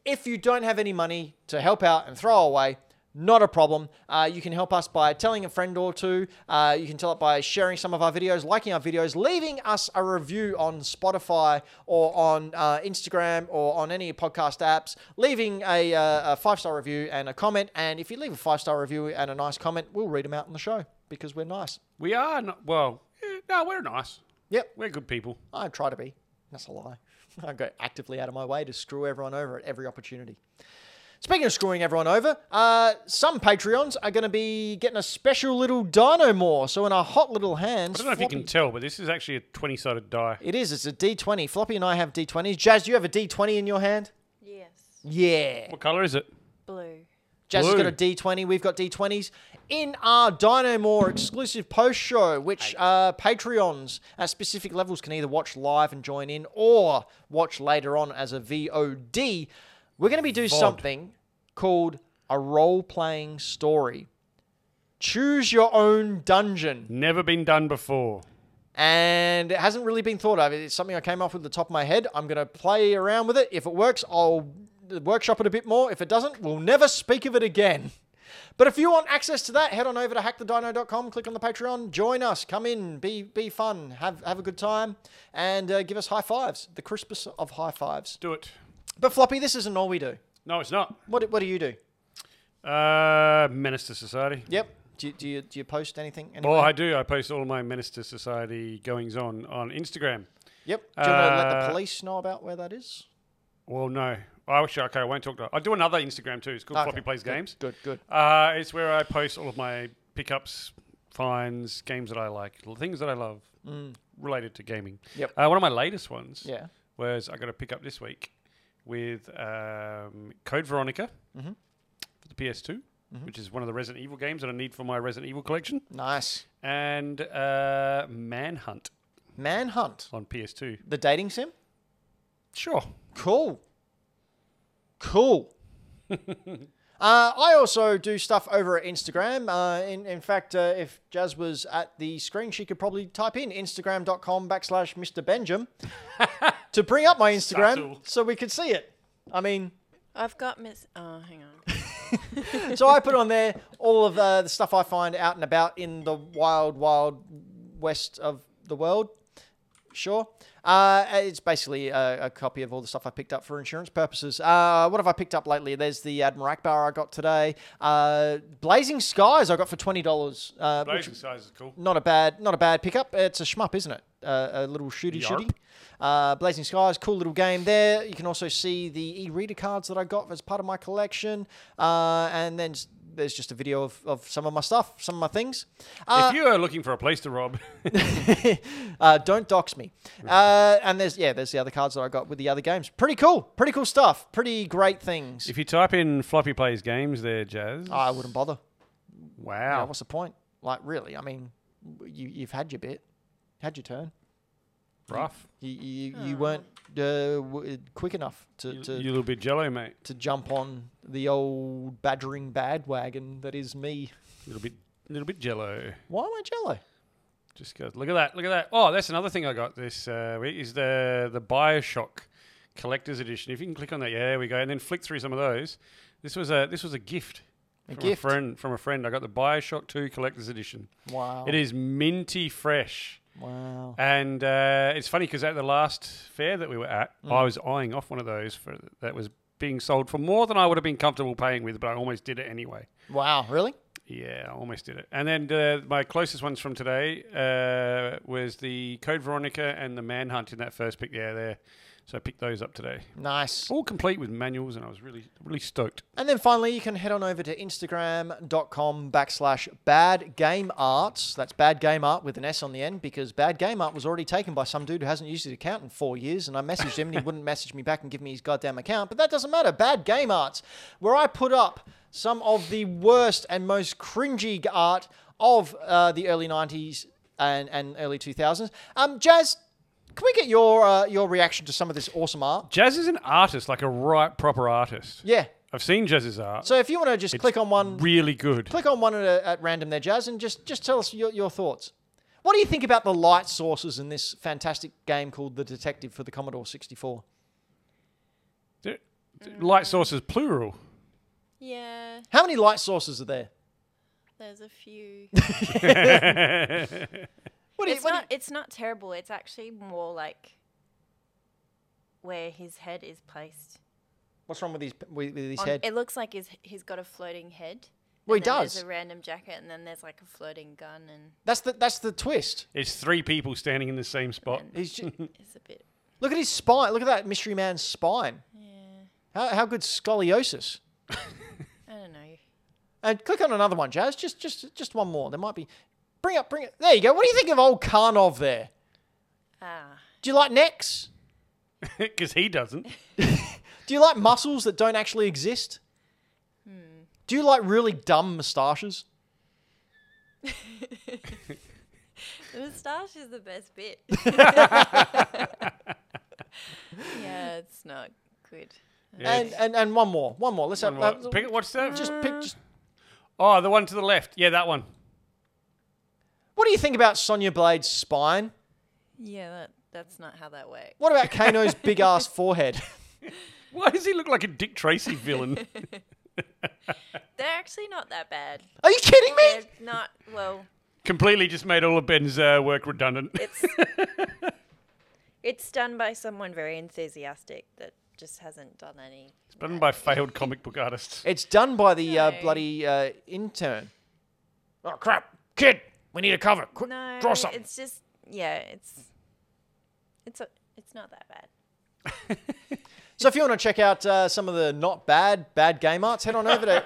Speaker 1: if you don't have any money to help out and throw away, not a problem. Uh, you can help us by telling a friend or two. Uh, you can tell it by sharing some of our videos, liking our videos, leaving us a review on Spotify or on uh, Instagram or on any podcast apps, leaving a, uh, a five star review and a comment. And if you leave a five star review and a nice comment, we'll read them out on the show because we're nice.
Speaker 2: We are, not, well, eh, no, we're nice.
Speaker 1: Yep.
Speaker 2: We're good people.
Speaker 1: I try to be. That's a lie. I go actively out of my way to screw everyone over at every opportunity. Speaking of screwing everyone over, uh, some Patreons are going to be getting a special little dino more. So in our hot little hands,
Speaker 2: I don't know if you
Speaker 1: Floppy-
Speaker 2: can tell, but this is actually a 20 sided die.
Speaker 1: It is. It's a D20. Floppy and I have D20s. Jazz, do you have a D20 in your hand?
Speaker 3: Yes.
Speaker 1: Yeah.
Speaker 2: What color is it?
Speaker 3: Blue.
Speaker 1: Jazz has
Speaker 2: Blue.
Speaker 1: got a D20. We've got D20s in our Dino More exclusive post show, which uh, Patreons at specific levels can either watch live and join in or watch later on as a VOD. We're going to be doing something called a role playing story. Choose your own dungeon
Speaker 2: Never been done before.
Speaker 1: and it hasn't really been thought of. It's something I came up with the top of my head. I'm going to play around with it. If it works, I'll workshop it a bit more. If it doesn't, we'll never speak of it again. But if you want access to that, head on over to hackthedino.com, click on the Patreon, join us, come in, be be fun, have have a good time, and uh, give us high fives, the Christmas of high fives.
Speaker 2: Do it.
Speaker 1: But Floppy, this isn't all we do.
Speaker 2: No, it's not.
Speaker 1: What what do you do?
Speaker 2: Uh, menace to society.
Speaker 1: Yep. Do you, do you, do you post anything?
Speaker 2: Oh,
Speaker 1: anywhere?
Speaker 2: I do. I post all my menace to society goings on on Instagram.
Speaker 1: yep. Do you want to let the
Speaker 2: Uh,
Speaker 1: police know about where that is?
Speaker 2: Well, no. Oh, actually, okay, I won't talk to I do another Instagram too. It's called
Speaker 1: Okay,
Speaker 2: Floppy Plays
Speaker 1: good,
Speaker 2: Games.
Speaker 1: Good, good.
Speaker 2: Uh, it's where I post all of my pickups, finds, games that I like, l- things that I love related to gaming.
Speaker 1: Yep.
Speaker 2: Uh, one of my latest ones
Speaker 1: Yeah.
Speaker 2: was I got a pickup this week with um, Code Veronica
Speaker 1: Mm-hmm.
Speaker 2: for the PS2, which is one of the Resident Evil games that I need for my Resident Evil collection,
Speaker 1: Nice.
Speaker 2: and uh, Manhunt
Speaker 1: Manhunt.
Speaker 2: on PS2.
Speaker 1: The dating sim?
Speaker 2: Sure.
Speaker 1: Cool. Cool. uh, I also do stuff over at Instagram. Uh, in, in fact, uh, if Jazz was at the screen, she could probably type in instagram.com backslash Mr. Benjam to bring up my Instagram
Speaker 2: Subtle.
Speaker 1: so we could see it. I mean,
Speaker 3: I've got Miss. Oh, hang on.
Speaker 1: so I put on there all of uh, the stuff I find out and about in the wild, wild west of the world. Sure. Uh, it's basically a, a copy of all the stuff I picked up for insurance purposes. Uh, what have I picked up lately? There's the Admiral Akbar I got today. Uh, Blazing Skies I got for twenty dollars. Uh, which-
Speaker 2: Blazing Size is cool.
Speaker 1: not a bad, not a bad pickup. It's a shmup, isn't it? Uh, a little shooty
Speaker 2: Yarp.
Speaker 1: shooty. Uh, Blazing Skies, cool little game there. You can also see the e-reader cards that I got as part of my collection, uh, and then s- there's just a video of, of some of my stuff, some of my things. Uh,
Speaker 2: if you are looking for a place to rob,
Speaker 1: uh, don't dox me. Uh, and there's yeah, there's the other cards that I got with the other games. Pretty cool, pretty cool stuff. Pretty great things.
Speaker 2: if you type in Floppy Plays Games there, Jazz.
Speaker 1: I wouldn't bother. You know,
Speaker 2: Wow.
Speaker 1: what's the point? Like really? I mean, you, you've had your bit, had your turn.
Speaker 2: Rough.
Speaker 1: You, you, you weren't uh, w- quick enough to,
Speaker 2: Hmm. You,
Speaker 1: to,
Speaker 2: you little bit jello, mate.
Speaker 1: to jump on the old badgering bandwagon that is me.
Speaker 2: A little bit, little bit jello.
Speaker 1: Why am I jello?
Speaker 2: Just goes. Look at that. Look at that. Oh, that's another thing I got this uh, week is the the Bioshock collector's edition. If you can click on that, yeah, there we go, and then flick through some of those. This was a this was a gift.
Speaker 1: A
Speaker 2: from
Speaker 1: gift?
Speaker 2: a friend from a friend. I got the Bioshock Two collector's edition.
Speaker 1: Wow.
Speaker 2: It is minty fresh,
Speaker 1: Wow.
Speaker 2: and uh, it's funny because at the last fair that we were at,
Speaker 1: Mm.
Speaker 2: I was eyeing off one of those for that was being sold for more than I would have been comfortable paying with, but I almost did it anyway.
Speaker 1: Wow, really?
Speaker 2: Yeah, I almost did it. And then uh, my closest ones from today uh, was the Code Veronica and the Manhunt in that first pick. Yeah, there. So I picked those up today.
Speaker 1: Nice.
Speaker 2: All complete with manuals, and I was really, really stoked.
Speaker 1: And then finally, you can head on over to Instagram.com backslash bad game arts. That's bad game art with an S on the end because bad game art was already taken by some dude who hasn't used his account in four years. And I messaged him and he wouldn't message me back and give me his goddamn account. But that doesn't matter. Bad game arts, where I put up some of the worst and most cringy art of uh, the early 90s and, and early 2000s. Um, Jazz, can we get your, uh, your reaction to some of this awesome art?
Speaker 2: Jazz is an artist, like a right proper artist.
Speaker 1: Yeah.
Speaker 2: I've seen Jazz's art.
Speaker 1: So if you want to just click on one
Speaker 2: really good.
Speaker 1: click on one at, a, at random there, Jazz, and just, just tell us your, your thoughts. What do you think about the light sources in this fantastic game called The Detective for the Commodore 64?
Speaker 2: They're- they're
Speaker 1: Mm.
Speaker 2: Light sources plural.
Speaker 3: Yeah,
Speaker 1: How many light sources are there?
Speaker 3: there's a few.
Speaker 1: What do you,
Speaker 3: it's
Speaker 1: what do
Speaker 3: not. It's not terrible. It's actually more like where his head is placed.
Speaker 1: you- what's wrong with his, with, with his
Speaker 3: On-
Speaker 1: head?
Speaker 3: It looks like he's he's got a floating head.
Speaker 1: Well,
Speaker 3: and
Speaker 1: he
Speaker 3: then
Speaker 1: does.
Speaker 3: There's a random jacket, and then there's like a floating gun, and
Speaker 1: That's the, that's the twist.
Speaker 2: It's three people standing in the same spot.
Speaker 1: He's ju-
Speaker 3: it's a bit.
Speaker 1: look at his spine. Look at that mystery man's spine.
Speaker 3: Yeah.
Speaker 1: How, how good scoliosis?
Speaker 3: I don't know.
Speaker 1: And click on another one, Jazz. Just just just one more. There might be. Bring up, bring it. There you go. What do you think of old Karnov there?
Speaker 3: Ah,
Speaker 1: Do you like necks?
Speaker 2: Because he doesn't.
Speaker 1: Do you like muscles that don't actually exist?
Speaker 3: Hmm.
Speaker 1: Do you like really dumb moustaches?
Speaker 3: the moustache is the best bit. yeah, it's not good.
Speaker 2: Yeah,
Speaker 1: And, and and one more, one more. Let's
Speaker 2: One
Speaker 1: have
Speaker 2: more.
Speaker 1: uh,
Speaker 2: Pick it- what's that?
Speaker 1: just pick. Just,
Speaker 2: oh, the one to the left. Yeah, that one.
Speaker 1: what do you think about Sonya Blade's spine?
Speaker 3: Yeah, that, that's not how that works.
Speaker 1: What about Kano's big ass forehead?
Speaker 2: Why does he look like a Dick Tracy villain?
Speaker 3: They're actually not that bad.
Speaker 1: Are you kidding
Speaker 3: They're
Speaker 1: me?
Speaker 3: not well.
Speaker 2: Completely just made all of Ben's uh, work redundant.
Speaker 3: It's it's done by someone very enthusiastic that just hasn't done any.
Speaker 2: It's done by failed comic book artists.
Speaker 1: It's done by the uh,
Speaker 3: No.
Speaker 1: bloody uh, intern.
Speaker 4: Oh crap, kid! We need a cover. Quick,
Speaker 3: No,
Speaker 4: draw something.
Speaker 3: it's just yeah, it's it's a, it's not that bad.
Speaker 1: So if you want to check out uh, some of the not bad bad game arts, head on over to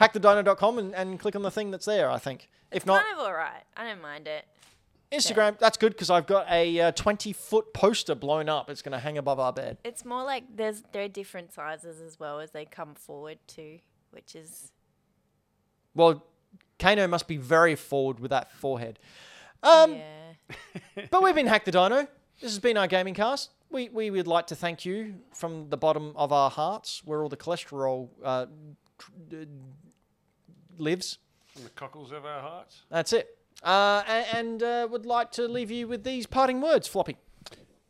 Speaker 1: hackthedino.com and, and click on the thing that's there. I think. If not,
Speaker 3: Kind of all right. I don't mind it.
Speaker 1: Instagram. That's good because I've got a uh, twenty foot poster blown up. It's going to hang above our bed.
Speaker 3: It's more like there's there are different sizes as well as they come forward too, which is
Speaker 1: Well, Kano must be very forward with that forehead. Um,
Speaker 3: yeah.
Speaker 1: But we've been Hack the Dino. This has been our gaming cast. We, we would like to thank you from the bottom of our hearts, where all the cholesterol uh, tr- uh, lives.
Speaker 2: From the cockles of our hearts.
Speaker 1: That's it. Uh, a- and uh, would like to leave you with these parting words, Floppy.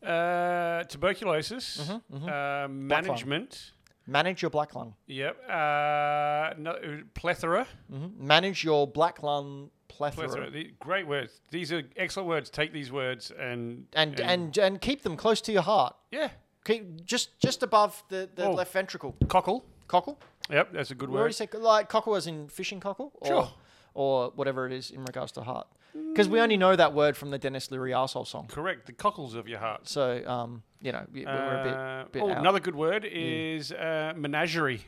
Speaker 2: Uh, tuberculosis.
Speaker 1: Mm-hmm,
Speaker 2: Uh, management.
Speaker 1: Manage your black lung.
Speaker 2: Yep. Uh, no, plethora.
Speaker 1: Mhm. Manage your black lung plethora.
Speaker 2: Plethora. The- great words. These are excellent words. Take these words and
Speaker 1: And, and and keep them close to your heart.
Speaker 2: yeah,
Speaker 1: Keep just just above the, the
Speaker 2: Oh.
Speaker 1: left ventricle.
Speaker 2: cockle.
Speaker 1: Cockle.
Speaker 2: Yep, that's a good
Speaker 1: We already
Speaker 2: word.
Speaker 1: said like cockle as in fishing cockle, or,
Speaker 2: Sure.
Speaker 1: or whatever it is in regards to heart, because we only know that word from the Dennis Leary arsehole song.
Speaker 2: Correct. The cockles of your hearts.
Speaker 1: So um, you know we- we're a
Speaker 2: Uh,
Speaker 1: bit, bit
Speaker 2: oh,
Speaker 1: out. Mm.
Speaker 2: another good word is uh, menagerie.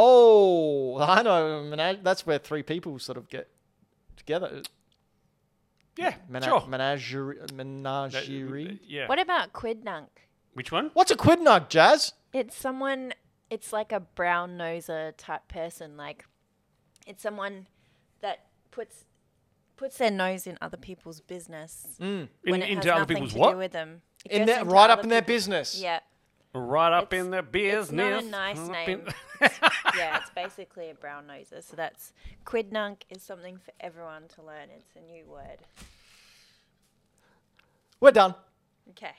Speaker 1: Oh, I know. Mena- that's where three people sort of get together.
Speaker 2: Yeah,
Speaker 1: Mena-
Speaker 2: sure.
Speaker 1: Menagerie.
Speaker 2: That- uh,
Speaker 1: Menagerie.
Speaker 2: yeah.
Speaker 3: What about quidnunc?
Speaker 2: Which one?
Speaker 1: What's a quidnug, Jazz?
Speaker 3: It's someone. It's like a brown noser type person. Like, it's someone that puts puts their nose in other people's business when
Speaker 2: In-
Speaker 3: it
Speaker 2: into other
Speaker 3: has nothing
Speaker 2: people's
Speaker 3: to
Speaker 2: what?
Speaker 3: do with them. It
Speaker 1: In
Speaker 3: goes
Speaker 1: their,
Speaker 3: into
Speaker 1: right up
Speaker 3: other
Speaker 1: in their
Speaker 3: people's-
Speaker 1: business.
Speaker 3: Yeah,
Speaker 2: Right up
Speaker 3: It's-
Speaker 2: in the
Speaker 3: it's
Speaker 2: business.
Speaker 3: not a nice
Speaker 2: Up
Speaker 3: name.
Speaker 2: in-
Speaker 3: yeah. It's basically a brown noser. So that's quidnunc is something for everyone to learn. It's a new word.
Speaker 1: We're done.
Speaker 3: Okay.